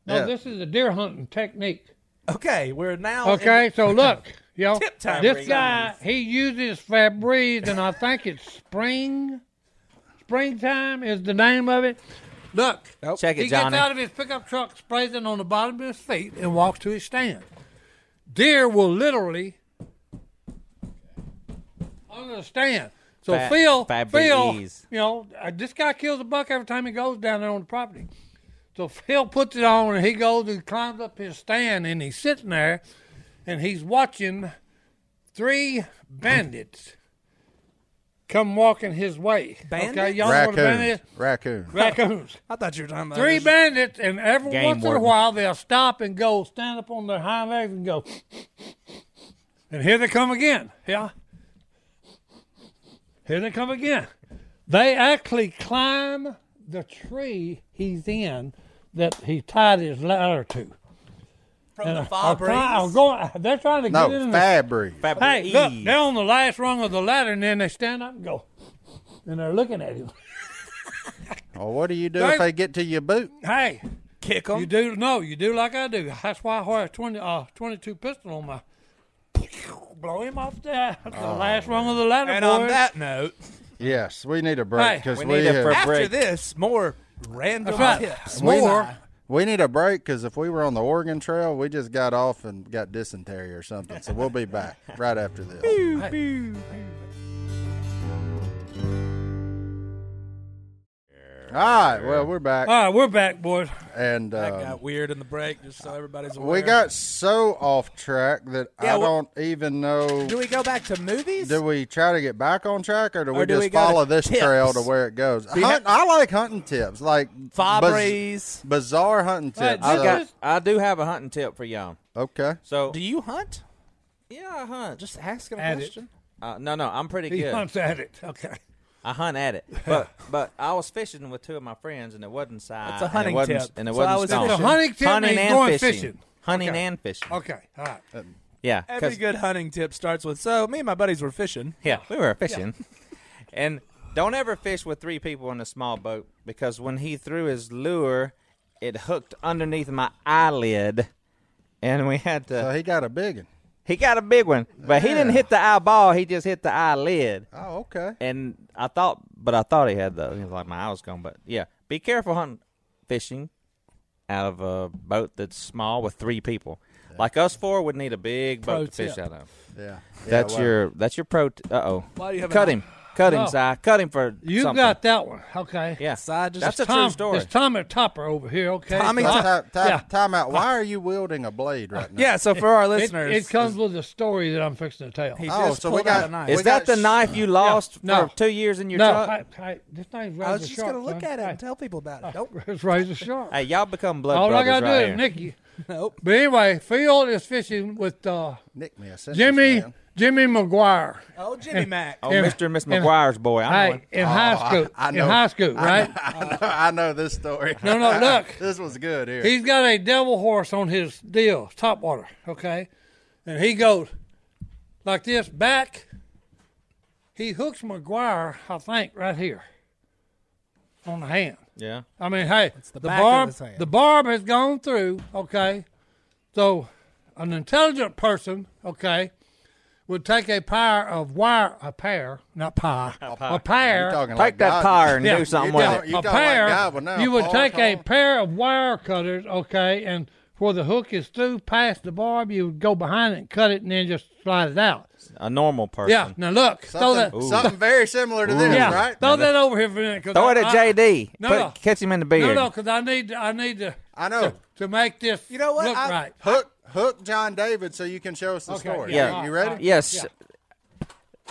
B: No,
A: Yeah.
B: this is a deer hunting technique.
D: Okay, we're now. in
B: Okay, so look, you know,
D: Tip time
B: this
D: brings
B: guy he uses Febreze, and I think it's spring. Springtime is the name of it. Look,
C: Check it,
B: he
C: Johnny.
B: gets out of his pickup truck, sprays it on the bottom of his feet, and walks to his stand. Deer will literally under the stand. So
C: Fa-
B: Phil, Phil, you
C: Febreze.
B: know, uh, this guy kills a buck every time he goes down there on the property. So Phil puts it on, and he goes and climbs up his stand, and he's sitting there, and he's watching three bandits come walking his way. Okay,
D: Bandits?
B: y'all know what a bandit
A: raccoons.
B: is?
A: Raccoons.
B: Raccoons.
D: I thought you were talking about
B: Three
D: this.
B: bandits, and every
C: Game
B: once in a
C: warden.
B: while they'll stop and go stand up on their hind legs and go, and here they come again. Yeah, here they come again. They actually climb the tree he's in that he tied his ladder to.
D: from the
B: And
D: Fabries.
B: I'm going, they're trying to get
A: No,
B: in there.
A: Fabry.
B: Hey, look, they're on the last rung of the ladder, and then they stand up and go, and they're looking at him.
A: Well, what do you do
B: They-
A: if they get to your boot?
B: Hey,
D: Kick
B: You
D: them.
B: do no, you do like I do. That's why I wear a twenty uh twenty two pistol on my blow him off the, the last rung of the ladder.
D: And
B: boys.
D: on that note,
A: Yes, we need a break
B: Hey,
A: because
C: we
A: we,
C: need a
A: have-
C: break.
D: after
C: break.
D: this, more random
B: That's right.
D: tips.
A: we,
D: More.
A: we need a break because if we were on the Oregon Trail, we just got off and got dysentery or something. So we'll be back right after this. All right. Well, we're back,
B: All right, we're back, boys.
A: and
D: Oh, That
A: um,
D: got weird in the break, just so everybody's aware.
A: we got so off track that
D: Yeah,
A: I
D: well-
A: don't even know.
D: Do we go back to movies?
A: Do we try to get back on track, or do we
D: Or do
A: just
D: we go to
A: follow this
D: tips?
A: trail to where it goes?
D: you
A: Hunt, I like hunting tips, like baz-
D: Fabries.
A: bizarre hunting
B: Hey,
A: tips.
B: I
C: I
A: So-
C: got. I do have a hunting tip for y'all.
A: okay,
C: So
D: Do you hunt?
C: yeah, I hunt.
D: Just asking a
B: At it.
D: question.
C: uh, no, no, I'm pretty
B: He
C: good.
B: hunts at it. Okay.
C: I hunt at it, but but I was fishing with two of my friends, and it wasn't side.
D: It's a hunting
C: and it wasn't,
D: tip.
C: and it
D: So
C: wasn't
D: I was
C: stone.
D: fishing.
B: So hunting tip
C: hunting
B: means
C: and
B: going
C: fishing.
B: fishing.
C: hunting
B: Okay.
C: and fishing.
B: Okay. All right.
C: Yeah,
D: Every
C: 'cause-
D: good hunting tip starts with so me and my buddies were fishing.
C: yeah, we were fishing, and don't ever fish with three people in a small boat because when he threw his lure, it hooked underneath my eyelid, and we had to.
A: so he got a big one.
C: He got a big one, but he didn't hit the eyeball. He just hit the eyelid.
A: Oh, okay.
C: And I thought, but I thought he had though. He was like, my eye was gone. But yeah, be careful hunting, fishing out of a boat that's small with three people. Like us four would need a big boat
D: Pro
C: to fish
D: tip.
C: out of.
A: Yeah,
C: That's
A: Yeah, well,
C: your that's your pro. T- uh oh.
D: Why do you have
C: cut
D: an-
C: him? Cut him,
B: Oh.
C: Si. Cut him for
B: You
C: something.
B: got that one. Okay.
C: yeah.
D: Si, just-
C: that's a
B: Tom,
C: true story.
B: It's Tommy Topper over here. Okay.
D: Tommy
B: So I-
A: Let's Time, time,
B: yeah.
A: time out. Why are you wielding a blade right now?
D: Yeah, so for our
B: it,
D: listeners,
B: it comes with a story that I'm fixing to tell.
D: he
A: Oh,
D: just
A: so we
D: pulled
A: got-
D: out a knife.
C: Is
A: we
C: that
A: got
C: the
A: sh-
C: knife you lost
B: no.
C: for two years in your
B: no,
C: truck?
B: I, I, this thing's razor
D: I was just
B: sharp.
D: gonna look
B: son.
D: at it
B: Hey,
D: and tell people about
B: Oh,
D: it. Don't
B: It's razor sharp.
C: hey, y'all become blood
B: All I
C: brothers
B: gotta
C: right
B: do
C: here.
B: is Nicky.
D: nope.
B: But anyway, Phil is fishing with uh,
A: Nick me a sentence,
B: Jimmy
A: man.
B: Jimmy McGuire.
D: Oh, Jimmy Mac.
C: Oh,
B: and-
C: Mr. and Miss
B: and-
C: McGuire's boy. I know Oh,
B: Hey,
C: it.
B: in high school,
A: Oh, I
B: in
A: know.
B: high school, right?
A: I know this story.
B: No, no, look.
A: this was good here.
B: He's got a devil horse on his deal, top water, okay? And he goes like this back. He hooks McGuire, I think, right here on the hand.
C: Yeah.
B: I mean, hey,
D: the
B: the,
D: back of
B: barb,
D: his hand.
B: the barb has gone through. Okay, so an intelligent person, okay, would take a pair of wire, a pair, not pie, a
A: You're
B: pair,
A: talking
C: Take
A: like God-
C: that tire and
B: Yeah.
C: do something
A: You
C: with
A: don't-
C: it.
A: You're
B: a
A: talking like
B: pair.
A: God now,
B: you would
A: Paul,
B: take a
A: Paul.
B: pair of wire cutters, okay, and where the hook is through past the barb, you would go behind it and cut it, and then just slide it out.
C: A normal person.
B: Yeah. Now look, throw that.
A: Something, something very similar to this,
B: Yeah,
A: right?
B: throw that over here for a minute. 'cause
C: Throw
B: I-
C: it at
B: I-
C: JD.
B: No,
C: Put-
B: no.
C: Catch him in the beard.
B: No, no, because I need, I need to,
A: I know.
B: to make this.
D: You know what?
B: Look
D: I-
B: right.
A: Hook, hook John David so you can show us the
B: Okay,
A: story.
C: yeah.
A: You ready?
C: Yes.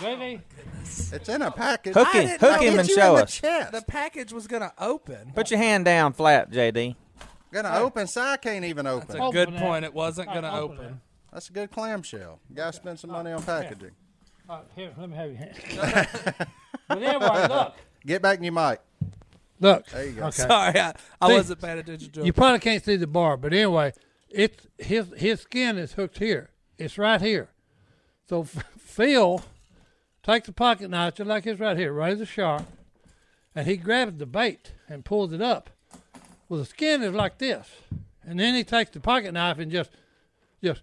B: Ready?
A: It's in a package.
C: Hook
D: I
C: him.
D: didn't
C: Hook
D: know
C: him
D: that
C: and
A: you
C: show
A: in the
C: us.
A: chest.
D: The package was gonna open.
C: Put your hand down flat, JD.
A: Gonna open, so I can't even open. That's
D: That's a
A: a,
D: good
B: it.
D: point. It wasn't gonna
B: open
D: open.
A: good clamshell. You gotta spend some money on packaging.
H: Uh, here, let me have your hand. but anyway, look.
A: Get back in your mic.
B: Look.
A: There you go.
B: Okay.
D: Sorry, I, I
B: See,
D: wasn't paying attention to
B: You
D: it.
B: probably can't see the bar, but anyway, it's his his skin is hooked here. It's right here. So F- Phil takes the pocket knife just like it's right here, right as a sharp, and he grabs the bait and pulls it up. Well, the skin is like this, and then he takes the pocket knife and just just.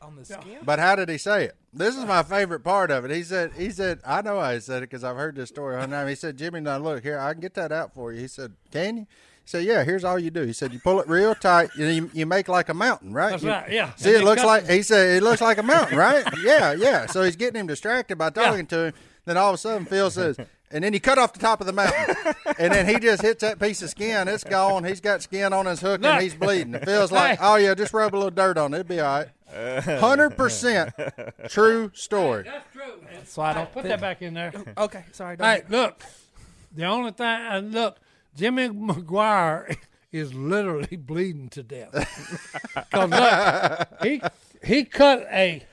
D: On the skin?
A: But how did he say it? This is my favorite part of it. He said, "He said I know how he said it because I've heard this story a hundred times." He said, "Jimmy, now look here, I can get that out for you." He said, "Can you?" He said, "Yeah." Here's all you do. He said, "You pull it real tight. You you, you make like a mountain, right?
H: That's
A: You-
H: right, yeah.
A: See,
H: And
A: it
H: then
A: looks
H: cut
A: like he said it looks like a mountain, right? yeah, yeah. So he's getting him distracted by talking to him. Then all of a sudden, Phil says. And then he cut off the top of the mountain, and then he just hits that piece of skin. It's gone. He's got skin on his hook,
H: Look.
A: and he's bleeding. And Phil's like,
H: Hey.
A: "Oh yeah, just rub a little dirt on it. It'll be all right." Hundred percent true story.
H: That's true.
D: So I don't
H: put
D: think-
H: that back in there.
D: Okay, sorry. Don't
B: Hey, look. The only thing, and look, Jimmy McGuire is literally bleeding to death. 'Cause look, he he cut a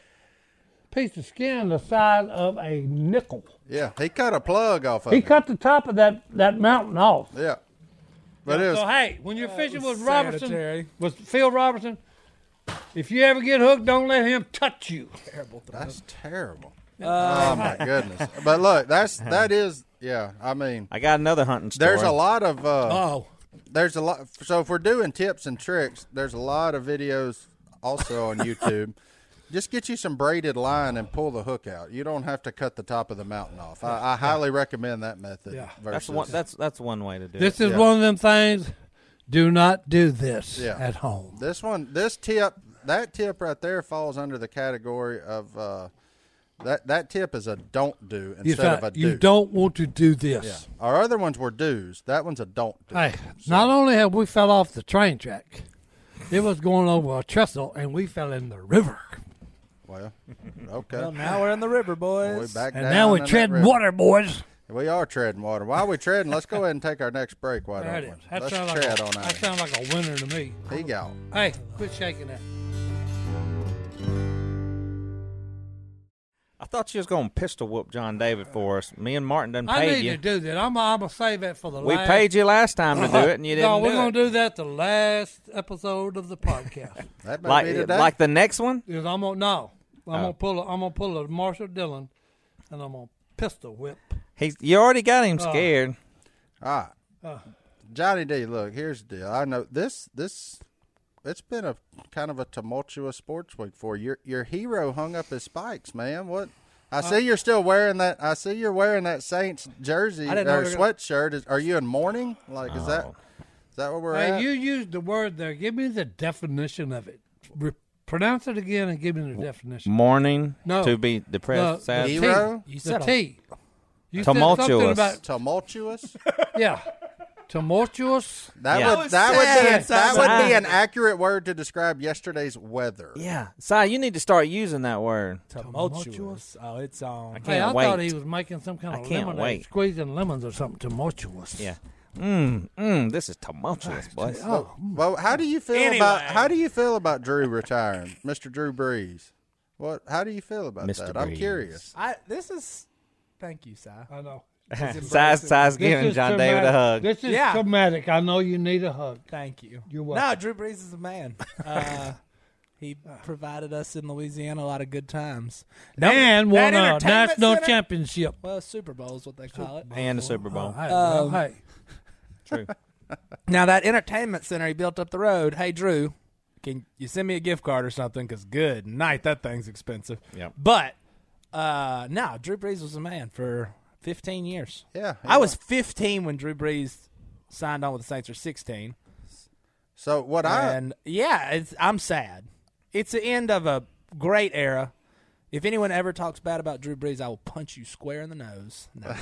B: piece of skin the size of a nickel.
A: Yeah, he cut a plug off of
B: He
A: it.
B: cut the top of that, that mountain off.
A: yeah, but it
B: So
A: was
B: hey, when you're fishing with
D: sanitary.
B: Robertson, with Phil Robertson, if you ever get hooked, don't let him touch you.
A: that's terrible.
B: Uh,
A: oh my goodness! But look, that's that is yeah. I mean,
C: I got another hunting story.
A: there's a lot of uh,
B: Oh,
A: there's a lot. So if we're doing tips and tricks, there's a lot of videos also on YouTube. Just get you some braided line and pull the hook out. You don't have to cut the top of the mountain off. I, I highly recommend that method.
B: Yeah.
C: That's
A: versus-
C: one. That's that's one way to do
B: this
C: it.
B: is
A: Yeah.
B: one of them things. Do not do this
A: Yeah.
B: at home.
A: This one, this tip, that tip right there falls under the category of uh, that. That tip is a don't do instead
B: You,
A: of a do.
B: you don't want to do this.
A: Yeah. Our other ones were do's. That one's a don't do.
B: Hey, not only have we fell off the train track, it was going over a trestle and we fell in the river.
A: Well, okay.
D: Well, now we're in the river,
A: we
D: boys.
A: back
B: And
A: down
B: now we
A: in that
B: tread
A: river.
B: water, boys.
A: We are treading water. While we treading, let's go ahead and take our next break. Why
B: There
A: don't
B: it
A: we?
B: is. That
A: let's
B: sounds like,
A: tread
B: a-
A: on
B: that
A: out.
B: sound like a winner to me.
A: He got.
B: Hey, quit shaking that.
C: I thought you was gonna pistol whoop John David for us. Me and Martin done
B: I
C: paid
B: need
C: you.
B: to do that. I'm, I'm going to save that for the
C: we
B: last.
C: paid you last time to do it, and you didn't.
B: No, we're
C: do
B: gonna
C: it.
B: do that the last episode of the podcast.
A: That may be
C: like
A: today.
C: like the next one.
B: Because I'm gonna no, I'm
C: Oh.
B: gonna pull. A, I'm gonna pull a Marshall Dillon, and I'm gonna pistol whip.
C: He's you already got him
B: Uh,
C: scared.
A: All right. Johnny D, look, here's the deal. I know this this it's been a kind of a tumultuous sports week for you. Your your hero hung up his spikes, man. What I
D: Uh,
A: see you're still wearing that I see you're wearing that Saints jersey
D: I
A: or
D: didn't know we were gonna-
A: sweatshirt. Is, are you in mourning? Like is that is that what we're
B: Hey,
A: at?
B: you used the word there. Give me the definition of it. Re- pronounce it again and give me the definition.
C: Mourning
B: No.
C: to be
B: The-
C: depressed, sad.
B: the T.
A: Hero?
B: The
D: You said a-
B: T. You Said something
C: Tumultuous.
B: about,
A: tumultuous?
B: yeah. Tumultuous.
A: That
C: Yeah.
A: would
D: That
A: that
D: was
A: would be
D: sad,
A: that would be an
C: Simon.
A: accurate word to describe yesterday's weather.
C: yeah, Si, you need to start using that word.
D: Tumultuous. Oh, it's on.
C: can't
B: Hey, I thought
C: wait.
B: he was making some kind
C: I
B: of
C: can't
B: lemonade,
C: wait.
B: squeezing lemons or something. Tumultuous.
C: Yeah. Mm, mm, this is tumultuous, boys.
B: Oh.
A: Well, how do you feel about
D: Anyway.
A: how do you feel about Drew retiring, Mr. Drew Brees? What? How do you feel about
C: Mr.
A: that? I'm
C: Brees.
A: curious.
D: I, this is. Thank you, Si.
B: I know.
C: Size,
B: This
C: size giving
B: is
C: John
B: traumatic.
C: David a hug.
B: This is
D: Yeah.
B: traumatic. I know you need a hug.
D: Thank you.
B: You're welcome.
D: No, Drew Brees is a man. Uh, he provided us in Louisiana a lot of good times.
B: and
D: that
B: won a
D: entertainment
B: national
D: center-
B: championship. Oh,
D: Well, Super Bowl is what they call it.
C: and the Super Bowl.
B: hey,
D: Um,
B: well, hey.
C: True.
D: Now that entertainment center he built up the road. Hey, Drew, can you send me a gift card or something? Because good night, that thing's expensive.
C: Yep.
D: But uh, no, Drew Brees was a man for 15 years.
A: Yeah, he
D: I was 15 when Drew Brees signed on with the Saints, or 16.
A: So what I
D: and yeah, it's I'm sad. It's the end of a great era. If anyone ever talks bad about Drew Brees, I will punch you square in the nose.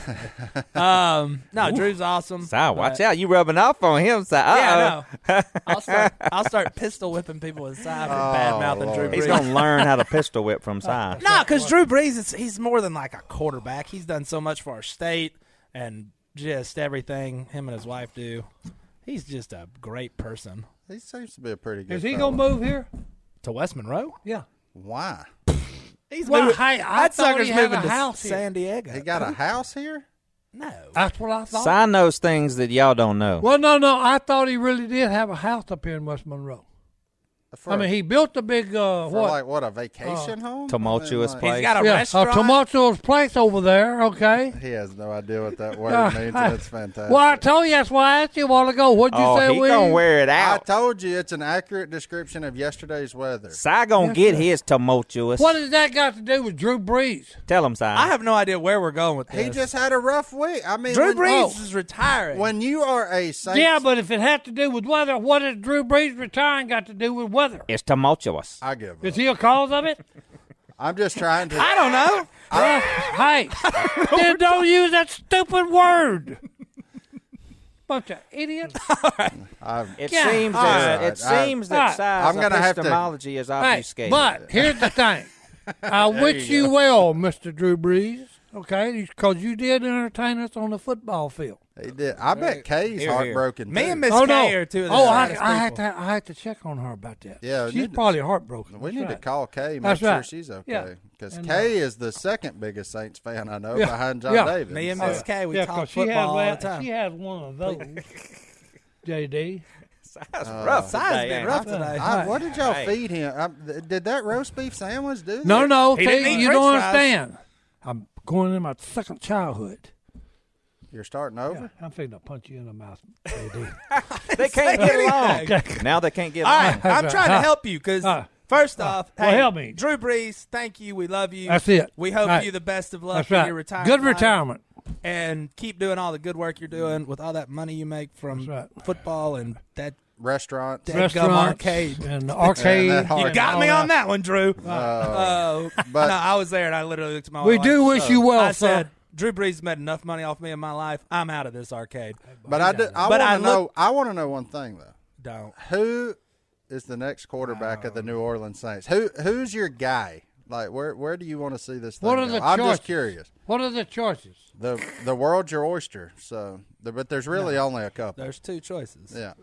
D: No, um, no Drew's awesome.
C: Si, watch
D: but-
C: out. You rubbing off on him, Si.
D: Yeah,
C: Uh-oh.
D: I know. I'll start. I'll start pistol whipping people with Si for bad mouthing Drew
A: Oh, Lord.
C: He's
D: Brees.
C: going to learn how to pistol whip from Si. Well,
D: No, because Drew Brees, is, he's more than like a quarterback. He's done so much for our state and just everything him and his wife do. He's just a great person.
A: he seems to be a pretty good.
B: Is he
A: fella.
B: gonna move here?
D: To West Monroe?
B: Yeah.
A: Why?
D: He's
B: Well,
D: moving.
B: hey, I
D: that
B: thought
D: sucker's
B: he had
D: moving
B: a
D: to
B: house here.
D: San Diego.
A: He got a house here?
D: no.
B: That's what I thought.
C: Sign those things that y'all don't know.
B: Well, no, no. I thought he really did have a house up here in West Monroe.
A: For,
B: I mean, he built a big uh,
A: for
B: what? Uh,
A: like what a vacation home? I
C: Tumultuous
A: mean,
C: place.
D: He's got a
B: yeah,
D: restaurant.
B: a tumultuous place over there. Okay.
A: like, he has no idea what that word
B: Uh,
A: means.
B: I-
A: and It's fantastic.
B: Well, I told you that's why I asked you a while ago. What'd you
C: oh,
B: say
C: he
B: we?
C: gonna wear it
A: I
C: out.
A: told you it's an accurate description of yesterday's weather.
C: Si gonna get his tumultuous.
B: What has that got to do with Drew Brees?
C: Tell him, Si.
D: I have no idea where we're going with this.
A: He just had a rough week. I mean,
D: Drew
A: when, Oh.
D: Brees is retiring.
A: when you are a Saints,
B: Yeah, but if it had to do with weather, what has Drew Brees retiring got to do with weather?
C: It's tumultuous.
A: I give up.
B: Is he a cause of it?
A: I'm just trying to.
D: I don't know.
B: Uh, hey, then don't use that stupid word. Bunch of idiots.
C: It
B: Yeah.
C: seems
A: All
C: that
A: right.
C: it seems that
B: All
C: Si's
B: right.
A: I'm gonna have to-
C: epistemology is
B: Hey,
C: obfuscated.
B: but here's the thing. I wish you, well, Mr. Drew Brees, okay? Because you did entertain us on the football field.
A: He did. I bet Kay's
C: Here, here.
A: heartbroken.
D: Me
A: too.
D: and Miss
B: oh,
D: Kay
B: no.
D: are two of the
B: oh, I,
D: smartest
B: I, had
D: people.
B: to, I had to check on her about that.
A: Yeah,
B: She's
A: didn't-
B: probably heartbroken.
A: We
B: That's
A: need to
B: right.
A: call Kay, make
B: That's
A: sure
B: right.
A: she's
B: Yeah.
A: okay. Because
B: And, uh,
A: Kay is the second biggest Saints fan I know
B: Yeah.
A: behind John
B: Yeah.
A: Davis.
D: Me and
A: So-
D: Miss Kay, we
B: yeah,
D: talk
B: 'cause she has,
D: football all
B: that,
D: the time.
B: she has one of those. JD.
C: Si's rough.
D: Si's
C: today,
D: been
C: ain't
D: rough
C: he?
D: today.
A: I, what did y'all
C: Hey.
A: feed him? I, th- did that roast beef sandwich do?
B: No,
A: that?
B: no,
D: He
B: Tate,
D: didn't eat
B: you
D: french
B: don't
D: fries.
B: understand. I'm going in my second childhood.
A: You're starting over.
B: I'm fixing to punch you in the mouth, JD.
C: They can't
D: Say
C: get
D: anything.
C: along. Now they can't get
D: All right,
C: along.
D: I'm trying to
B: Huh.
D: help you because
B: Huh.
D: first off,
B: Uh, Well,
D: hey,
B: help me.
D: Drew Brees. Thank you. We love you.
B: That's it.
D: We hope
B: Right.
D: you the best of luck
B: That's
D: in
B: right.
D: your retirement.
B: Good
D: life,
B: retirement.
D: and keep doing all the good work you're doing with all that money you make from
B: That's right.
D: football and that.
A: Restaurant.
D: Dadgum
B: Restaurants
D: arcade.
B: and the arcade.
A: that hard-
D: You
A: And
D: got me
B: all
D: on that one, Drew. Uh,
A: but-
D: no, I was there and I literally looked at my.
B: We
D: wife.
B: do wish you well,
D: I
B: sir.
D: said, Drew Brees made enough money off me in my life. I'm out of this arcade.
A: But I, did, I
D: But I
A: want to know.
D: look-
A: I want to know one thing though.
D: Don't.
A: Who is the next quarterback of the New Orleans Saints? Who Who's your guy? Like where Where do you want to see this thing?
B: What are
A: go?
B: the
A: I'm
B: choices?
A: just curious.
B: What are the choices?
A: The The world's your oyster. So, the, but there's really only a couple.
D: There's two choices.
A: Yeah.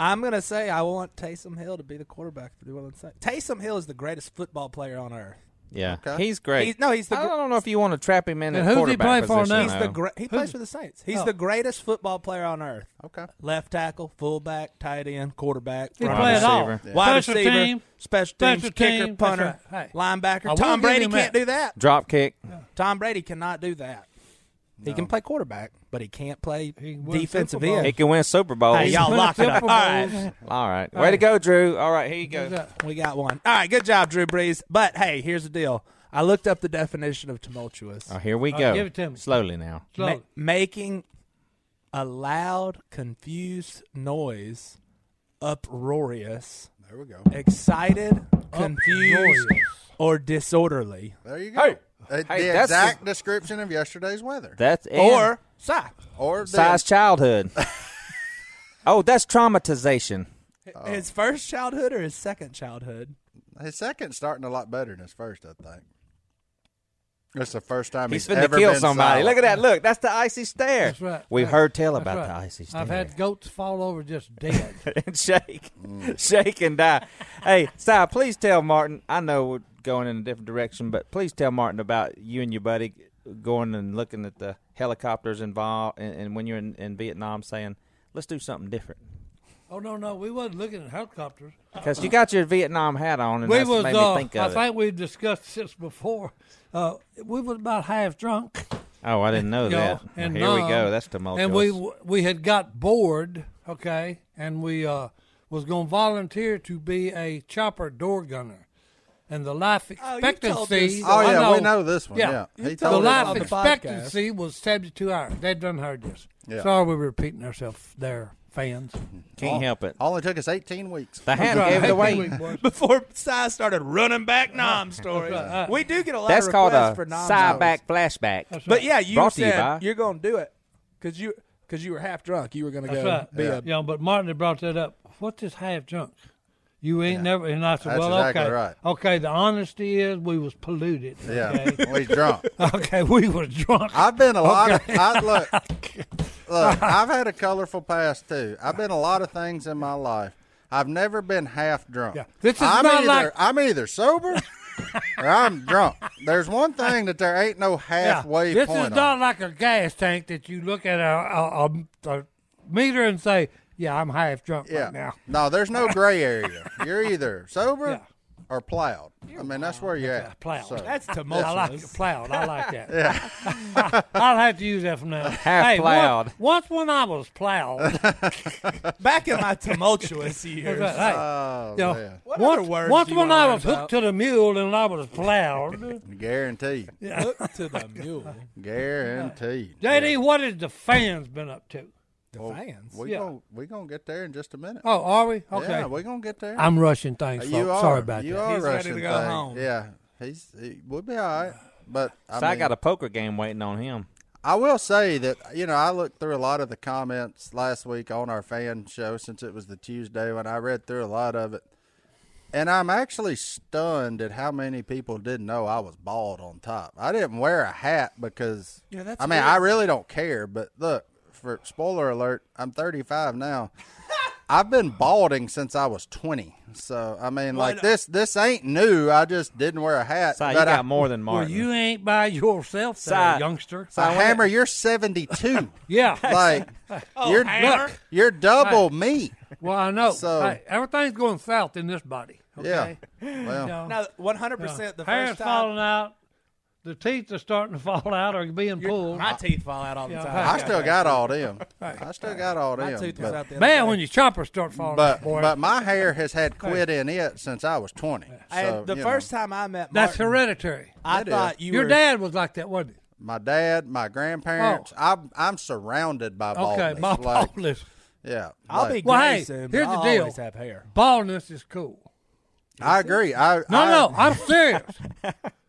D: I'm gonna say I want Taysom Hill to be the quarterback for New Orleans Saints. Taysom Hill is the greatest football player on earth.
C: Yeah,
A: Okay.
C: he's great.
D: He's- no, he's the
C: I
D: gr-
C: don't know if you want to trap him in
B: And
C: at
B: who's he
C: quarterback
B: playing for
C: position,
B: now?
D: He's
C: though.
D: the great. He plays for the Saints. He's
B: Oh.
D: the greatest football player on earth.
A: Okay.
D: Left tackle, fullback, tight end, quarterback,
B: He
D: wide
C: play
B: played
C: it
B: all.
C: receiver.
D: wide
B: Special
D: receiver,
B: team.
D: special teams,
B: special
D: kicker,
B: team. That's
D: punter,
B: right. Hey. I
D: linebacker.
B: will
D: Tom
B: give
D: Brady
B: him
D: can't
B: that.
D: do that.
C: drop kick.
D: Tom Brady cannot do that. He can play quarterback, but he can't play
B: He can win
D: defensive
B: Super Bowls.
D: end.
C: He can win Super Bowl.
D: Hey, y'all lock it up.
B: Super
D: All
B: Bowls.
D: right.
C: All right, way to go, Drew. All right, here you
B: Who's
C: go.
B: that?
D: We got one. All right, good job, Drew Brees. But hey, here's the deal. I looked up the definition of tumultuous.
C: Oh, here we go.
B: give it to me.
C: slowly now.
D: Ma-
B: Slowly.
D: making a loud, confused noise, uproarious,
A: There we go.
D: excited, confused, or disorderly,
A: There you go. Uh,
C: Hey,
A: the
C: that's
A: exact description of yesterday's weather.
C: That's and
D: or sigh.
A: or
C: size childhood. oh, that's traumatization.
D: His first childhood or his second childhood?
A: the- his second's starting a lot better than his first, I think. That's the first time
C: He's
A: he's,
C: finna
A: ever
C: kill
A: been
C: somebody.
A: silent.
C: Look at that. Look, that's the icy stare.
B: That's right.
C: We've
B: That's-
C: heard tell
B: that's
C: about
B: right.
C: the icy stare.
B: I've had goats fall over just dead.
C: and shake,
B: Mm.
C: shake and die. Hey, Si, please tell Martin. I know we're going in a different direction, but please tell Martin about you and your buddy going and looking at the helicopters involved, and, and when you're in, in Vietnam, saying, "Let's do something different."
B: oh no, no, we wasn't looking at helicopters.
C: Because you got your Vietnam hat on, and
B: we
C: that's
B: was.
C: made
B: uh,
C: me think
B: I
C: of it.
B: think we've discussed this before. Uh, we was about half drunk.
C: Oh, I didn't know
B: you know,
C: that.
B: and
C: Here we
B: numb.
C: go. That's tumultuous.
B: And we we had got bored, okay, and we uh, was going to volunteer to be a chopper door gunner, and the life
D: you told
B: expectancy.
D: this.
A: Oh,
B: I
A: yeah, we know this one, yeah. He
B: The
A: told
D: us
B: life
D: on the
B: expectancy was seventy-two hours. They done heard this.
A: Yeah.
B: Sorry, we're repeating ourselves there, fans.
C: can't help it.
A: Only took us 18 weeks.
C: The hat gave it away.
D: Before Si started running back Nom stories, we do get a lot
C: That's
D: of
C: called
D: requests
C: a
D: for Nom.
C: side
D: stories.
C: back flashback.
D: But yeah, you
C: Brought to you by-
D: said you are gonna do it because you because you were half drunk. You were gonna
B: That's
D: go
B: right.
D: be
B: yeah.
D: a
B: but Martin had brought that up. What's this half drunk? You ain't never. And I said,
A: That's
B: well,
A: exactly
B: okay.
A: right.
B: Okay, the honesty is we was polluted.
A: Yeah,
B: Okay,
A: we drunk.
B: okay we was drunk.
A: I've been a lot of. I, look, look, I've had a colorful past too. I've been a lot of things in my life. I've never been half drunk.
B: Yeah. This is
A: I'm
B: not
A: either,
B: like-
A: I'm either sober or I'm drunk. There's one thing that there ain't no halfway
B: this
A: point.
B: is
A: on.
B: not like a gas tank that you look at a, a, a, a meter and say, "Yeah, I'm half drunk
A: Yeah.
B: right now."
A: No, there's no gray area. You're either sober or plowed. I mean, that's where you're at.
B: Plowed.
A: So-
D: That's
B: I like
D: tumultuous.
B: plowed. I like that. I'll have to use that from now. on.
C: Half
B: hey, one-
C: plowed.
B: Once, when I was plowed,
D: Back in my tumultuous years.
B: but, hey,
A: oh,
B: you know,
A: man.
D: What
B: once,
D: other words
B: once
D: do you
B: when
D: wanna
B: I
D: learn
B: was hooked
D: about?
B: to the mule and I was plowed.
A: Guaranteed.
D: Hook to the mule.
A: Guaranteed.
B: JD, what has the fans been up to?
D: The fans.
A: We're
B: Yeah.
A: going we gonna get there in just a minute.
B: Oh, are we? Okay.
A: Yeah, we're going to get there.
B: I'm rushing things, folks.
A: you are.
B: Sorry about
A: you
B: that.
A: are
D: He's ready to
A: rushing
D: go
A: things.
D: home.
A: Yeah. He's, he, we'll be all right. But I,
C: So I
A: mean,
C: got a poker game waiting on him.
A: I will say that you know I looked through a lot of the comments last week on our fan show since it was the Tuesday when I read through a lot of it, and I'm actually stunned at how many people didn't know I was bald on top. I didn't wear a hat because
D: Yeah, that's
A: I mean
D: weird.
A: I really don't care. But look, for spoiler alert, I'm 35 now. I've been balding since I was 20, so I mean like this this ain't new. I just didn't wear a hat.
C: So you
A: but uh,
C: got
A: I,
C: more than
B: Well,
C: Martin.
B: you ain't by yourself, there,
C: Si-
B: youngster.
A: I hammer. You're 72.
B: Yeah.
A: like you're
B: Hammer?
A: you're double me.
B: Well, I know.
A: So-
B: Hey, everything's going south in this body.
A: Yeah.
B: Okay?
A: Well,
B: You know,
D: Now, 100% the
B: hair's
D: first time.
B: falling out. The teeth are starting to fall out or being pulled.
D: My teeth fall out all the
B: Yeah,
D: time.
A: I still got all them. I still got all
D: My
A: them.
D: tooth was
A: but,
D: out the other
B: Man,
D: day.
B: when your choppers start falling
A: but
B: out, boy,
A: but my hair has had quit in it since I was 20.
D: I had-
A: So,
D: the
A: you
D: first time I met Martin,
B: that's hereditary.
D: I
A: That
D: thought
A: is.
D: you
B: Your
D: were
B: dad was like that, wasn't it?
A: know, my dad, my grandparents, I'm I'm surrounded by baldness.
B: Okay, my
A: like,
B: baldness.
A: Yeah,
D: I'll
A: like,
D: be
B: Well,
D: gray
B: hey,
D: soon, but
B: here's the
D: I'll
B: deal.
D: always have hair.
B: Baldness is cool.
A: I agree. I
B: No,
A: I,
B: no, I'm serious.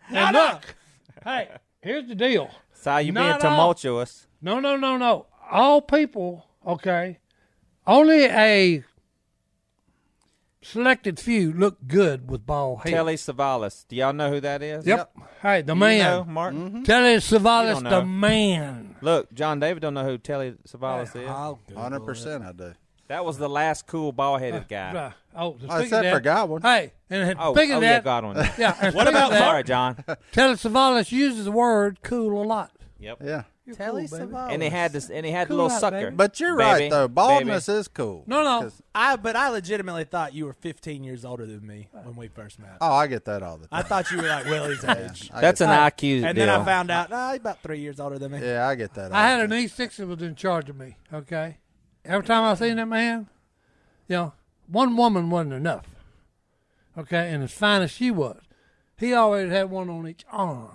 B: and look, hey, here's the deal.
C: so you being
B: Not all-
C: tumultuous.
B: No, no, no, no. All people, okay, only a selected few look good with bald hair.
C: Telly Savalas. Do y'all know who that is?
B: Yep. Hey, the
C: You
B: man. Mm-hmm.
C: know, Martin.
A: Mm-hmm.
B: Telly
C: You
B: Savalas,
C: don't
B: the
C: know.
B: man.
C: Look, John David don't know who Telly Savalas is.
B: uh,
D: I'll
A: 100 percent I do.
C: That was the last cool bald headed guy.
B: Right. Oh, so speaking
A: I
B: of
A: said
B: that-
A: for Godwin.
B: Hey, and
C: Oh,
B: speaking
C: oh
B: of
C: yeah,
B: that,
C: God on that.
B: yeah. and
C: What
B: speaking of
C: about
B: that,
C: sorry, John?
B: Telly Savalas uses the word cool a lot.
C: Yep.
A: Yeah,
D: Telly Savalas.
C: And he had this and he had the
B: Cool
C: little
B: out,
C: sucker.
B: baby.
A: but you're
C: Baby,
A: right though. Baldness is cool.
B: No, no.
A: 'Cause-
D: I but I legitimately thought you were 15 years older than me when we first met.
A: Oh, I get that all the time.
D: I thought you were like Willie's age.
A: I
C: That's
A: get
C: an
A: that.
C: IQ
D: And
C: deal.
D: then I found out, nah, he's about three years older than me.
A: Yeah, I get that. all
B: I had
A: the
B: an E six that was in charge of me. Okay, every time I seen that man, you know, one woman wasn't enough. Okay, and as fine as she was, he always had one on each arm.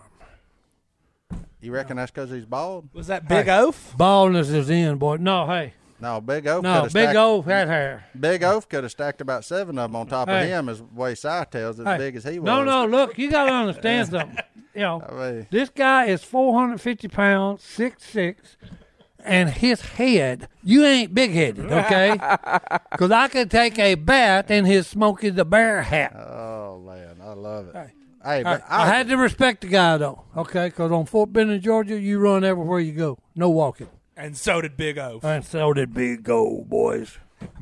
A: You reckon that's 'cause he's bald?
D: Was that Big Oaf?
B: Baldness is in, boy. No, hey,
A: No, Big Oaf.
B: no,
A: coulda
B: big
A: stacked,
B: old fat hair.
A: Big Oaf could have stacked about seven of them on top
B: Hey.
A: of him, as way Si tells as
B: Hey,
A: big as he was.
B: No, no, look, you got to understand something. You know,
A: I mean-
B: this guy is four hundred fifty pounds, six six, and his head. You ain't big headed, okay? Because I could take a bat and his smoky the bear hat.
A: Oh man, I love it. Hey,
B: All right,
A: but I,
B: I had to respect the guy though, okay? Because on Fort Benning, Georgia, you run everywhere you go, no walking.
D: And so did Big Oaf.
B: And so did Big Gold boys.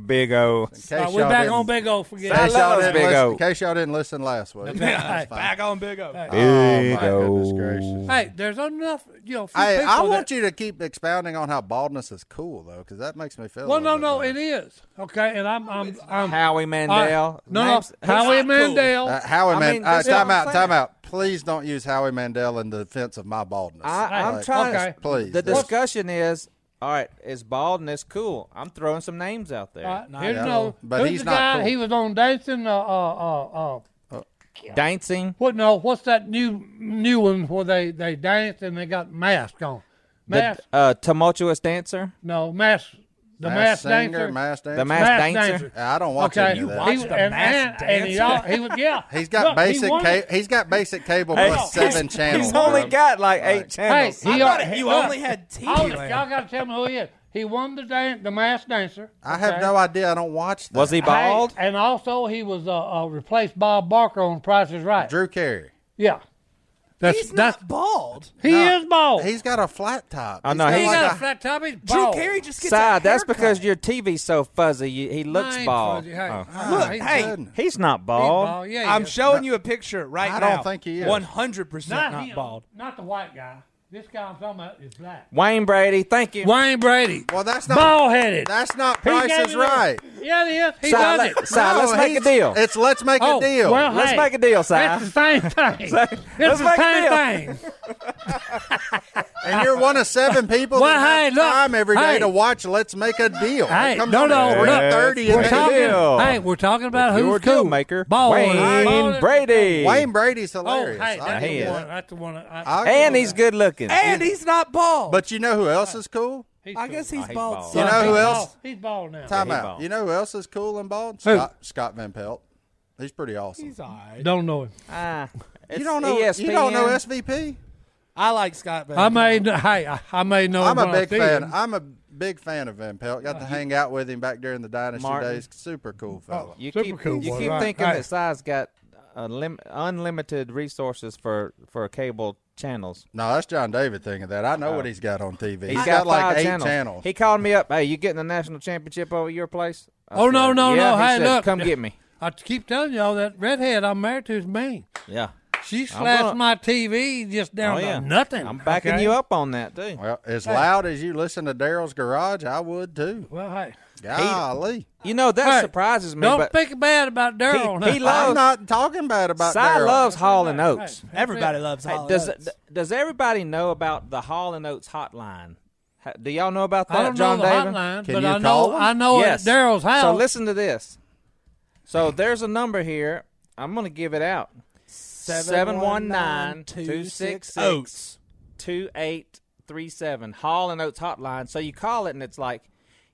C: Big O.
A: in case
B: All right,
A: y'all
B: we're uh, back
A: didn't-
B: on Big O. Forget
A: In
C: I
A: case,
B: it.
A: y'all
C: love
A: didn't
C: Big
A: listen,
C: O.
A: in case y'all didn't listen last week.
B: Hey,
D: Back on Big Oaf.
A: oh my goodness gracious.
B: hey, there's enough, you know. Few
A: Hey, I
B: people
A: want
B: that-
A: you to keep expounding on how baldness is cool though, because that makes me feel. a
B: Well, no,
A: little
B: no,
A: bit
B: it is okay, and I'm, I'm, I'm.
C: Howie Mandel.
B: All right. No,
C: Names-
B: no, Howie
D: not cool.
B: Mandel.
A: better. Uh, Howie
C: I
A: Man,
C: mean,
A: uh,
C: this is
A: time
C: what I'm
A: out,
C: saying.
A: time out. Please don't use Howie Mandel in defense of my baldness.
C: I, I'm
A: Like,
C: trying.
B: okay.
A: Please,
C: The
A: that's-
C: discussion is all right. Is baldness cool? I'm throwing some names out there.
B: All right,
D: not
B: here's
D: cool.
B: another-
A: But
B: who's
A: he's
B: the
A: not
B: guy?
A: cool.
B: He was on dancing. Uh, uh, uh, uh,
C: Dancing.
B: what? No, what's that new new one where they they dance and they got masks on? Mask?
C: The uh, tumultuous dancer.
B: no, mask. The mask,
A: mass
B: dancer.
A: singer, mass dancer.
C: The mass,
B: Mass
C: dancer.
B: dancer.
A: I don't watch
B: okay,
A: any of that.
B: he was,
D: the
B: and, and,
D: masked
B: and he,
D: dancer?
B: al- he was yeah.
A: He's got
B: Look, he
A: basic.
B: won
A: ca-
B: it.
A: he's got basic cable
C: Hey,
A: plus
C: he's-
A: seven channels.
C: He's only
A: bro.
C: got like eight
B: Hey,
C: channels.
B: he
D: thought
B: al-
D: you
B: look,
D: only had TV
B: all-
D: land.
B: Y'all got to tell me who he is. He won the dan- the masked dancer.
A: I have
B: okay?
A: no idea. I don't watch that.
C: Was he bald?
B: Hey, and also, he was uh, uh, replaced Bob Barker on Price is Right.
A: Drew Carey.
B: Yeah.
G: That's
D: He's
G: that's
D: not bald.
H: He is bald.
A: He's got a flat top.
C: I know,
A: He's
C: he
A: got
B: Oh. got
A: like
B: a flat top. He's
D: Drew
B: bald.
D: Carey just gets
C: Side,
D: that
C: that's
D: haircut.
C: because your TV's so fuzzy. You, he looks
B: Mine
C: bald.
B: fuzzy. Hey,
C: Oh.
B: ah,
D: Look,
B: he's
D: hey,
B: good.
A: good.
C: He's not
B: He's
C: bald.
B: Yeah, he
D: I'm
B: is.
D: showing you a picture right
A: I
D: now.
A: don't think he is.
D: 100% not,
H: him.
D: bald.
H: Not the white guy. This guy I'm talking about is black.
C: Wayne Brady, thank you.
B: Wayne Brady.
A: Well, that's not.
H: Bald headed.
A: That's not
H: He
A: Price
H: gave
A: is
H: it up.
A: Right.
H: Yeah, it is. He
C: Si,
H: does
C: let-
H: it.
C: Si, let's make a
A: he's-
C: deal.
A: It's let's make
B: Oh,
A: a deal.
H: Well,
C: Let's
H: hey,
C: make a deal, Si.
H: It's the same thing. it's the
C: make a deal.
H: same thing.
A: and you're one of seven people
B: Well,
A: that have
B: hey, look,
A: time every day
B: hey.
A: to watch Let's Make a Deal.
B: Hey,
A: it comes
B: no,
A: on
B: no,
A: at
B: look,
A: 3:30 in
B: We're
A: the
B: talking,
C: deal.
B: hey, we're talking about
C: Your
B: who's cool.
C: deal maker,
B: Bald.
C: Wayne
B: Bald.
C: Brady.
A: Wayne Brady's
B: Oh,
A: hilarious.
B: hey,
A: I
B: that's,
C: he
B: the
C: is.
B: one, that's the one. I-
A: I'll give
C: and
A: him
C: he's
A: that.
C: good looking.
D: And he's not bald.
A: But you know who else is cool?
H: He's
D: I
H: cool.
D: guess he's
C: he's
D: bald.
C: bald.
D: son.
A: You know who else?
H: He's bald now.
A: Time
C: he
A: out.
C: bald.
A: You know who else is cool and bald?
B: Who?
A: Scott, Scott Van Pelt. He's pretty awesome.
D: He's all right.
B: Don't know him.
C: Ah,
A: you
C: it's
A: don't know. You don't
C: E
A: know SVP.
D: I like Scott. Van
B: I
D: Pelt.
B: may, kn- hey, I, I may know
A: I'm
B: him
A: a
B: when I
A: big
B: see
A: fan.
B: him.
A: I'm a big fan of Van Pelt. Got to hang out with him back during the dynasty
C: Uh, Martin. Oh.
A: days. Super cool fellow.
C: You
B: Super
C: keep,
B: cool
C: you
B: boy,
C: keep
B: right,
C: thinking
B: right.
C: that Si's got a lim- unlimited resources for, for cable channels.
A: no, that's John David thinking that. I know what he's got on TV.
C: He's
A: he's got, like
C: five
A: eight
C: channels.
A: channels.
C: He called me up. Hey, you getting the national championship over your place? I
B: Oh, no, no,
C: yeah.
B: no.
C: He
B: Hey,
C: said,
B: look.
C: Come get me.
B: I keep telling y'all that redhead I'm married to is mean.
C: Yeah.
B: She
C: I'm
B: slashed
C: gonna-
B: my TV just down
C: Oh, yeah.
B: to nothing.
C: I'm backing
B: okay?
C: you up on that, too.
A: well, as loud as you listen to Daryl's Garage, I would too.
B: Well, hey,
A: Golly,
C: You know, that
B: Hey,
C: surprises me.
B: don't
C: but
B: think bad about Daryl.
C: he
B: now.
C: loves-
A: I'm not talking bad about
C: Si
A: Daryl.
C: loves Hall and
B: Right,
C: Oaks.
B: right.
D: Everybody loves
C: Hey,
D: Hall
C: does
D: Oates.
C: th- does everybody know about the Hall and Oates hotline? Ha- Do y'all know about that,
B: I don't
C: John
B: know the
C: David?
B: hotline,
A: Can
B: but
A: you
B: I
A: call
B: know
A: him?
B: I know
C: yes.
B: at Daryl's house.
C: So listen to this. So there's a number here. I'm going to give it out. 719-266.
D: Oates.
C: 2837 Hall and Oates hotline. So you call it and it's like,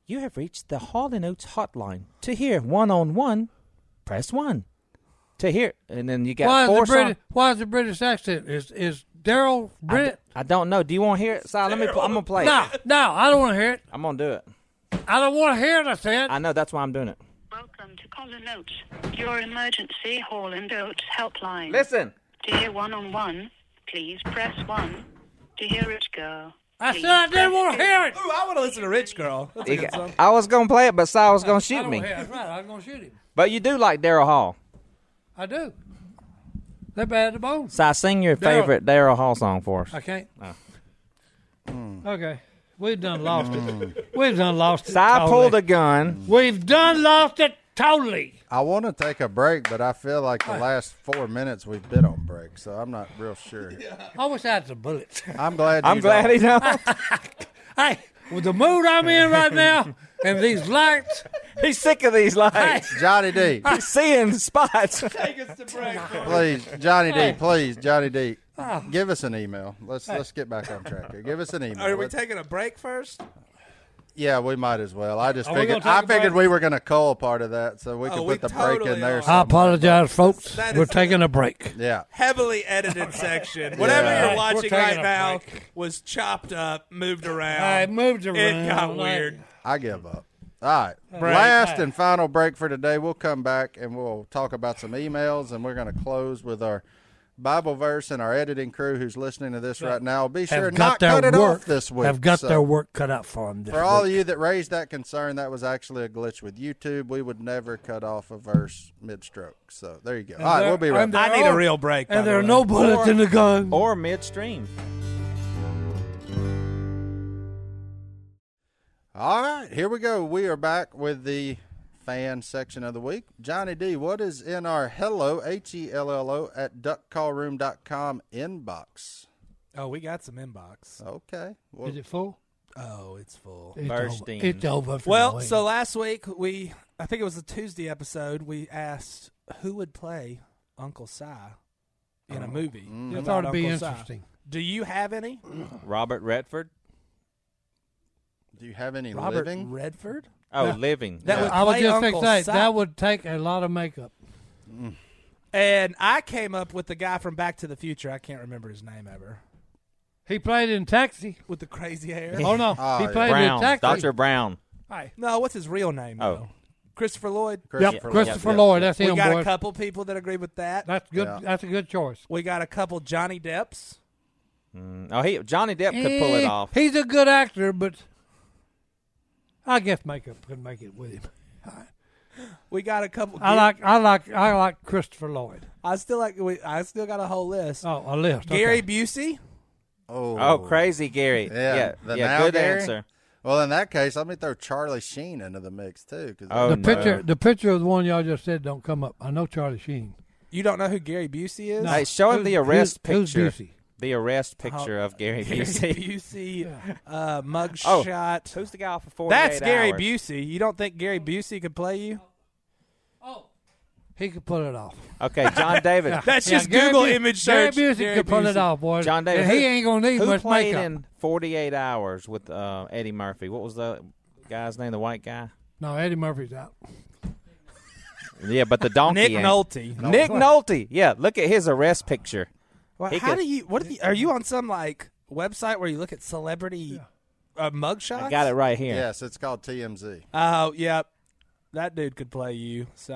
C: "You have reached the Hall and Oates hotline. To hear one-on-one, press 1." To hear and then you got
B: why is
C: four
B: the
C: song-
B: British? Why is the British accent? Is is Daryl
C: I, d-
B: Brit?
C: I don't know. Do you want to hear it? Si, let me pl- I'm going to play
B: No,
C: it.
B: no, I don't want to hear it.
C: I'm going to do it.
B: I don't want to hear it. I said.
C: I know that's why I'm doing it.
I: Welcome to Colin Oates, your emergency Hall and Oates helpline.
C: Listen.
I: To hear one on one, please press one. To hear it go.
B: I
I: please
B: said I
I: press
B: didn't want
I: two.
B: to hear it.
D: Ooh, I want to listen to Rich Girl. That's a good song.
C: I was gonna play it, but Si was gonna shoot
B: I
C: me.
B: don't hear it. Right, I'm gonna shoot him.
C: But you do like Daryl Hall.
B: I do. They're bad to bones.
C: Si, sing your
B: Daryl-
C: favorite Daryl Hall song for us.
B: I can't.
C: Oh.
B: Hmm. Okay, we've done lost it. We've done lost it.
C: Si Hmm. pulled
B: totally.
C: a gun.
B: We've done lost it totally.
A: I want to take a break, but I feel like the last four minutes we've been on break, so I'm not real sure.
B: I wish I had some bullets.
A: I'm glad.
C: I'm
A: you
C: glad
A: don't.
C: he don't.
B: hey, with the mood I'm in right now and these lights,
C: He's sick of these
B: hey,
C: lights.
A: Johnny D.
C: He's seeing spots.
A: please, Johnny D, please, Johnny D,
B: Ah.
A: give us an email. Let's let's get back on track here. Give us an email.
D: Are we
A: Let's-
D: taking a break first?
A: yeah, we might as well. I just
B: Are we
A: figured
B: gonna
A: I
B: take a
A: figured
B: break?
A: we were going to cull part of that, so we
D: Oh,
A: could
D: we
A: put the break
D: totally
A: in there.
D: are.
B: I apologies, folks.
D: That
B: We're
D: is-
B: taking a break.
A: yeah,
D: Heavily edited section. Whatever
A: Yeah.
D: you're
B: We're
D: watching
B: taking
D: right
B: a
D: now
B: break.
D: was chopped up, moved around.
B: I moved around.
D: It got
B: like-
D: weird.
A: I give up. All right, last and final break for today. We'll come back and we'll talk about some emails, and we're going to close with our. Bible verse and our editing crew who's listening to this right now. Be
B: Have
A: sure not
B: got their
A: cut it
B: work.
A: off this week.
B: Have got
A: So-
B: their work cut out for them. This
A: For all
B: week.
A: of you that raised that concern, that was actually a glitch with YouTube. We would never cut off a verse mid stroke. So there you go. all right,
B: there-
A: we'll be right
B: and
A: back.
D: I need a real break. by
B: and
D: the
B: there are
D: way.
B: no bullets in the gun.
C: or midstream.
A: All right, here we go. We are back with the fan section of the week. Johnny D, what is in our hello, H E L L O, at duckcallroom.com inbox?
D: Oh, we got some inbox.
A: Okay. Well,
B: Is it full?
D: Oh, it's full.
B: It's
C: Bursting.
B: Over. It's over. For the
D: Well,
B: week.
D: so last week we, I think it was the Tuesday episode, we asked who would play Uncle Si in a movie.
B: I
D: about
B: thought it'd be
D: Uncle Si.
B: interesting.
D: Do you have any?
C: Robert Redford.
A: do you have any
D: Robert
A: living?
D: Redford?
C: Oh,
D: No.
C: living.
D: That
C: Yeah.
D: was-
B: I was
D: play
B: just
D: Uncle
B: fixated.
D: Si.
B: That would take a lot of makeup.
D: And I came up with the guy from Back to the Future. I can't remember his name ever.
B: He played in Taxi.
D: With the crazy hair.
B: Oh no,
A: Oh,
B: he
A: yeah.
B: played in
C: Brown.
B: Taxi.
C: Doctor Brown.
D: no, what's his real name?
C: Oh.
D: though? Christopher Lloyd.
B: Christopher Yep, Lloyd. Christopher Lloyd, that's
D: we
B: him,
D: got a
B: boys.
D: couple people that agree with that.
B: That's good. That's a good choice.
D: We got a couple Johnny Depps.
C: Mm, oh, he Johnny Depp could pull it
B: Eh,
C: off.
B: He's a good actor, but I guess makeup could make it with him.
D: We got a couple.
B: I like, I like, I like Christopher Lloyd.
D: I still like. We, I still got a whole list.
B: Oh, a list.
D: Gary Busey.
A: Oh,
C: Oh, crazy Gary.
A: Yeah,
C: Yeah,
A: the
C: yeah,
A: now
C: good
A: Gary?
C: answer.
A: Well, in that case, let me throw Charlie Sheen into the mix too. 'cause-
C: Oh,
B: the picture, the picture of the one y'all just said don't come up. I know Charlie Sheen.
D: You don't know who Gary Busey is?
C: Hey, show him the arrest
B: who's-
C: picture.
B: who's
C: The arrest picture of Uh-huh. Gary
D: Gary
C: Busey. Oh.
D: Busey, uh, mugshot.
C: who's the guy off of 48
D: That's Gary
C: Hours?
D: Busey. You don't think Gary Busey could play you?
B: He could pull it off.
C: Okay, John David.
D: That's just
B: Gary
D: Google
B: Bu-
D: image
B: Gary
D: search.
B: Busey
D: Gary
B: could pull
D: Busey.
B: it off, boy.
C: John David.
B: And he
C: who-
B: ain't gonna need
C: who
B: much
C: played
B: makeup.
C: in 48 Hours with uh, Eddie Murphy? What was the guy's name? The white guy.
B: No, Eddie Murphy's out.
C: Yeah, but the donkey.
D: Nick
C: ain't-
D: Nolte.
C: Nick Nolte. Yeah, look at his arrest picture.
D: Well,
C: He
D: how
C: could-
D: do you? What are you, are you on some like website where you look at celebrity uh, mugshots?
C: I got it right here.
A: Yes, it's called TMZ.
D: Oh, yep. That dude could play you, Si.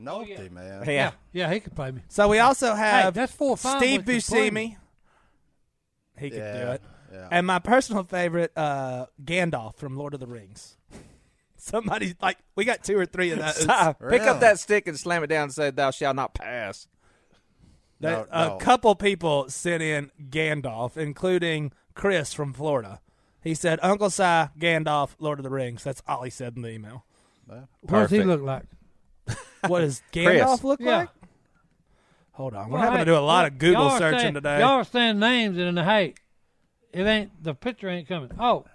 A: Nolte, man.
C: Yeah.
B: Yeah, he could play me.
D: So we also have
B: that's four or five
D: Steve
B: with the plane.
D: Buscemi. He could do
A: Yeah,
D: it.
A: yeah.
D: And my personal favorite, uh, Gandalf from Lord of the Rings. Somebody like we got two or three of those.
C: Si, pick
A: Really?
C: up that stick and slam it down and say, "Thou shalt not pass."
D: That-
A: No, no.
D: A couple people sent in Gandalf, including Chris from Florida. He said, "Uncle Si, Gandalf, Lord of the Rings." That's all he said in the email.
B: What does he
C: Perfect.
B: look like?
D: What does Gandalf look
B: Yeah.
D: like? Hold on, we're having to do a lot of Google
B: Y'all are
D: searching
B: saying-
D: today.
B: Y'all are saying names and hey, it ain't the picture ain't coming. Oh,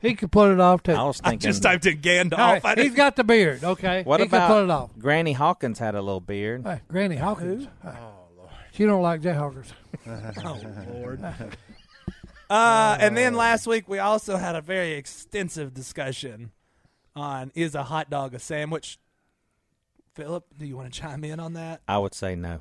B: he could pull it off too.
C: I was
D: I
C: thinking.
D: just typed in Gandalf.
B: All right,
D: I
B: he's
D: didn't-
B: got the beard. Okay,
C: what
B: he
C: about
B: could pull it off.
C: Granny Hawkins had a little beard?
B: Hey, Granny Hawkins. Hey. She don't like Jayhawkers.
D: Oh Lord. Uh, and then last week we also had a very extensive discussion on is a hot dog a sandwich? Philip, do you want to chime in on that?
C: I would say no.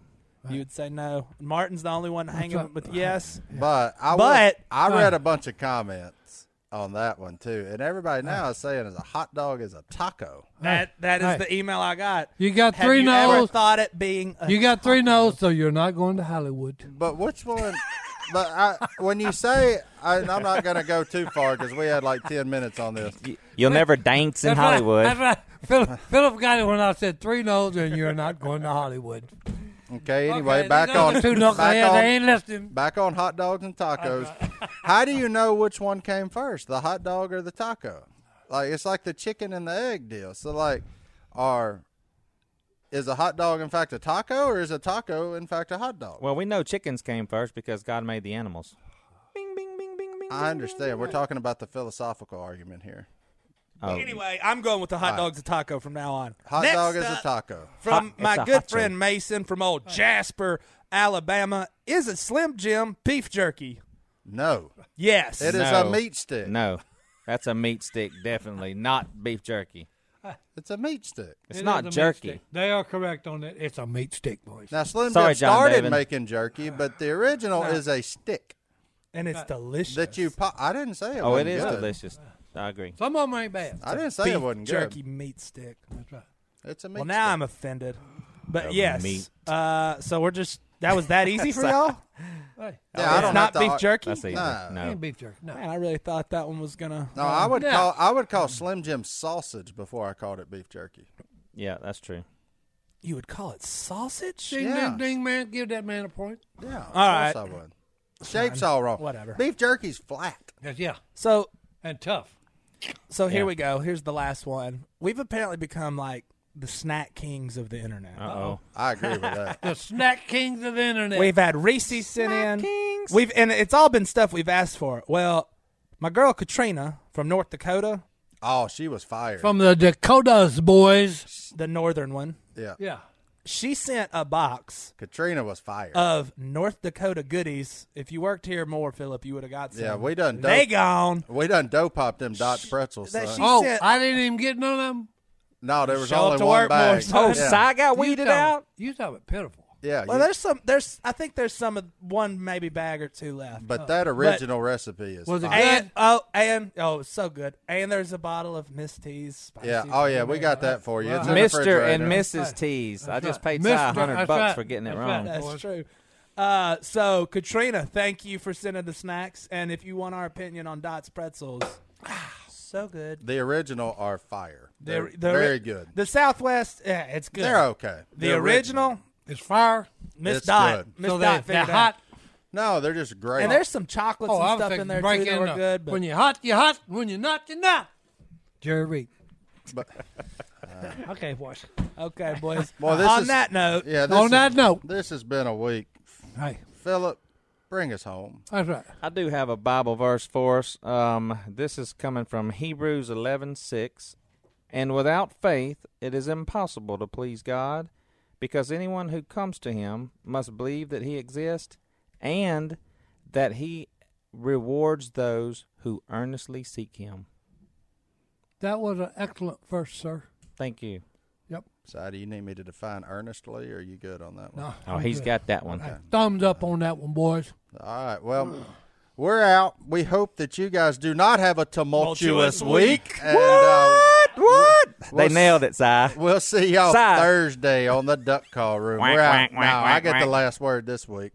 D: You would say no. Martin's the only one hanging
B: right.
D: with yes.
A: But I will-
D: But-
A: I read a bunch of comments on that one too, and everybody now is saying is a hot dog is a taco.
D: That that is
B: Hey.
D: the email I got.
B: You got
D: Have
B: three
D: you
B: no's.
D: Ever thought it being a
B: You got three no's, so you're not going to Hollywood.
A: But which one? but I, when you say, I, and I'm not going to go too far because we had like ten minutes on this.
C: Y- You'll never dance in
B: That's right.
C: Hollywood.
B: That's right. Philip, Philip got it when I said three no's, and you're not going to Hollywood.
A: Okay, anyway,
B: Okay,
A: back
B: these other
A: on
B: two
A: back
B: knuckleheads. They ain't
A: on,
B: listening.
A: back on hot dogs and tacos. How do you know which one came first, the hot dog or the taco? Like it's like the chicken and the egg deal. So like, are is a hot dog in fact a taco, or is a taco in fact a hot dog?
C: Well, we know chickens came first because God made the animals. Bing, bing, bing, bing, bing.
A: I understand. We're talking about the philosophical argument here.
C: Oh,
D: Anyway, I'm going with the hot dog's a taco from now on.
A: Hot
D: Next
A: dog is a
D: up-
A: taco.
D: from
C: Hot-
D: my
C: it's a
D: good
C: hot
D: friend Mason from old Jasper, Alabama. Is it Slim Jim beef jerky?
A: No,
D: Yes.
A: it is
C: No.
A: a meat stick.
C: no, that's a meat stick, definitely not beef jerky.
A: It's a meat stick.
C: It's
B: It
C: not
B: is a meat
C: jerky.
B: stick. They are correct on that. It's a meat stick, boys.
A: Now Slim
C: Sorry,
A: Jim
C: John
A: started
C: David.
A: making jerky, but the original is a stick
D: And it's delicious.
A: Uh, that you. Po- I didn't say it.
C: Oh, it
A: wasn't
C: is
A: good.
C: delicious. I agree.
B: Some of them ain't bad.
A: I didn't say
D: beef
A: it wasn't
D: jerky meat stick.
B: That's right.
A: good. It's a meat.
D: well, now
A: stick.
D: I'm offended. But
C: The
D: yes.
C: meat.
D: Uh, so we're just that was that easy for y'all.
B: Hey,
A: Yeah, I
D: it's
A: don't
D: not
A: have to
D: beef
A: ar-
D: jerky.
C: That's easy.
A: Nah.
C: No.
B: ain't beef jerky. No.
D: Man, I really thought that one was gonna. um,
A: No, I would
B: No.
A: call I would call Slim Jim sausage before I called it beef jerky.
C: Yeah, that's true.
D: You would call it sausage.
B: Ding,
A: Yeah.
B: ding, ding, man. Give that man a point.
A: Yeah, of
D: All
A: course I would. Shape's all wrong.
D: Whatever.
A: Beef jerky's flat.
B: Yes, yeah.
D: So
B: And tough.
D: so here
C: Yeah.
D: we go. Here's the last one. We've apparently become like the snack kings of the internet.
C: Uh oh.
A: I agree with that.
B: The snack kings of the internet.
D: We've had Reese's sent in. We've and it's all been stuff we've asked for. Well, my girl Katrina from North Dakota,
A: Oh, she was fired.
B: From the Dakotas, boys.
D: the northern one,
A: yeah.
B: Yeah.
D: she sent a box
A: Katrina was fired.
D: of North Dakota goodies. If you worked here more, Philip, you would have got some.
A: yeah, we done
D: they
A: dope,
D: gone.
A: we done dope popped them Dutch pretzels.
D: that
A: son.
D: she-
B: Oh,
D: said-
B: I didn't even get none of them.
A: no, there was
D: Show up
A: only
D: to
A: one
D: work,
A: bag.
D: boys.
C: Oh,
A: Yeah.
C: Si
B: You
C: got weeded
B: talking-
C: out.
B: You talking about pitiful.
A: Yeah,
D: Well,
A: you-
D: there's some. There's. I think there's some of one maybe bag or two left.
A: But that original recipe is
D: Oh, was it
A: fire.
D: and, oh and oh it's so good and there's a bottle of Miss T's. Spicy
A: Yeah. Oh yeah, we got that for you. It's in the
C: Mr. and
A: refrigerator.
C: Mrs. T's. I just paid Ty a hundred bucks for getting it wrong.
D: That's true. Uh, so Katrina, thank you for sending the snacks, and if you want our opinion on Dot's pretzels, so good.
A: The original are fire. They're,
D: The- the-
A: very good.
D: The Southwest, yeah, it's good.
A: They're okay.
D: The,
A: The
D: original,
B: is fire.
D: Miss
A: It's
D: Dot,
A: good.
D: Miss
A: So
D: Dot,
B: they- they're
D: figured out.
B: hot?
A: No, they're just great.
D: And there's some chocolates
B: Oh, I
D: and
B: was
D: stuff
B: thinking
D: in there
B: break
D: too that
B: in
D: were
B: the-
D: good. But
B: When you're hot, you're hot. When you're not, you're not. Jerry Reed.
A: But,
H: okay, boys.
D: Okay, boys.
A: Boy, this
D: on
A: is-
D: that note,
A: yeah. This
B: on
A: is-
B: that note.
A: this has been a week.
B: Hey,
A: Philip, bring us home.
B: that's right.
C: I do have a Bible verse for us. Um, this is coming from Hebrews eleven six, and without faith it is impossible to please God, because anyone who comes to Him must believe that He exists, and that He rewards those who earnestly seek Him.
B: That was an excellent verse, sir.
C: Thank you.
A: So, do you need me to define earnestly, or are you good on that one?
B: No,
C: Oh, he's got that one.
B: thumbs up on that one, boys.
A: All right. Well, we're out. We hope that you guys do not have a tumultuous
D: Tumultuous
A: week.
D: week.
A: And, uh,
C: What?
A: We'll
C: They nailed it, Si.
A: we'll see y'all
C: Si.
A: Thursday on the Duck Call Room.
C: Whack,
A: we're out.
C: whack,
A: now.
C: whack,
A: I
C: whack,
A: get the
C: whack.
A: last word this week.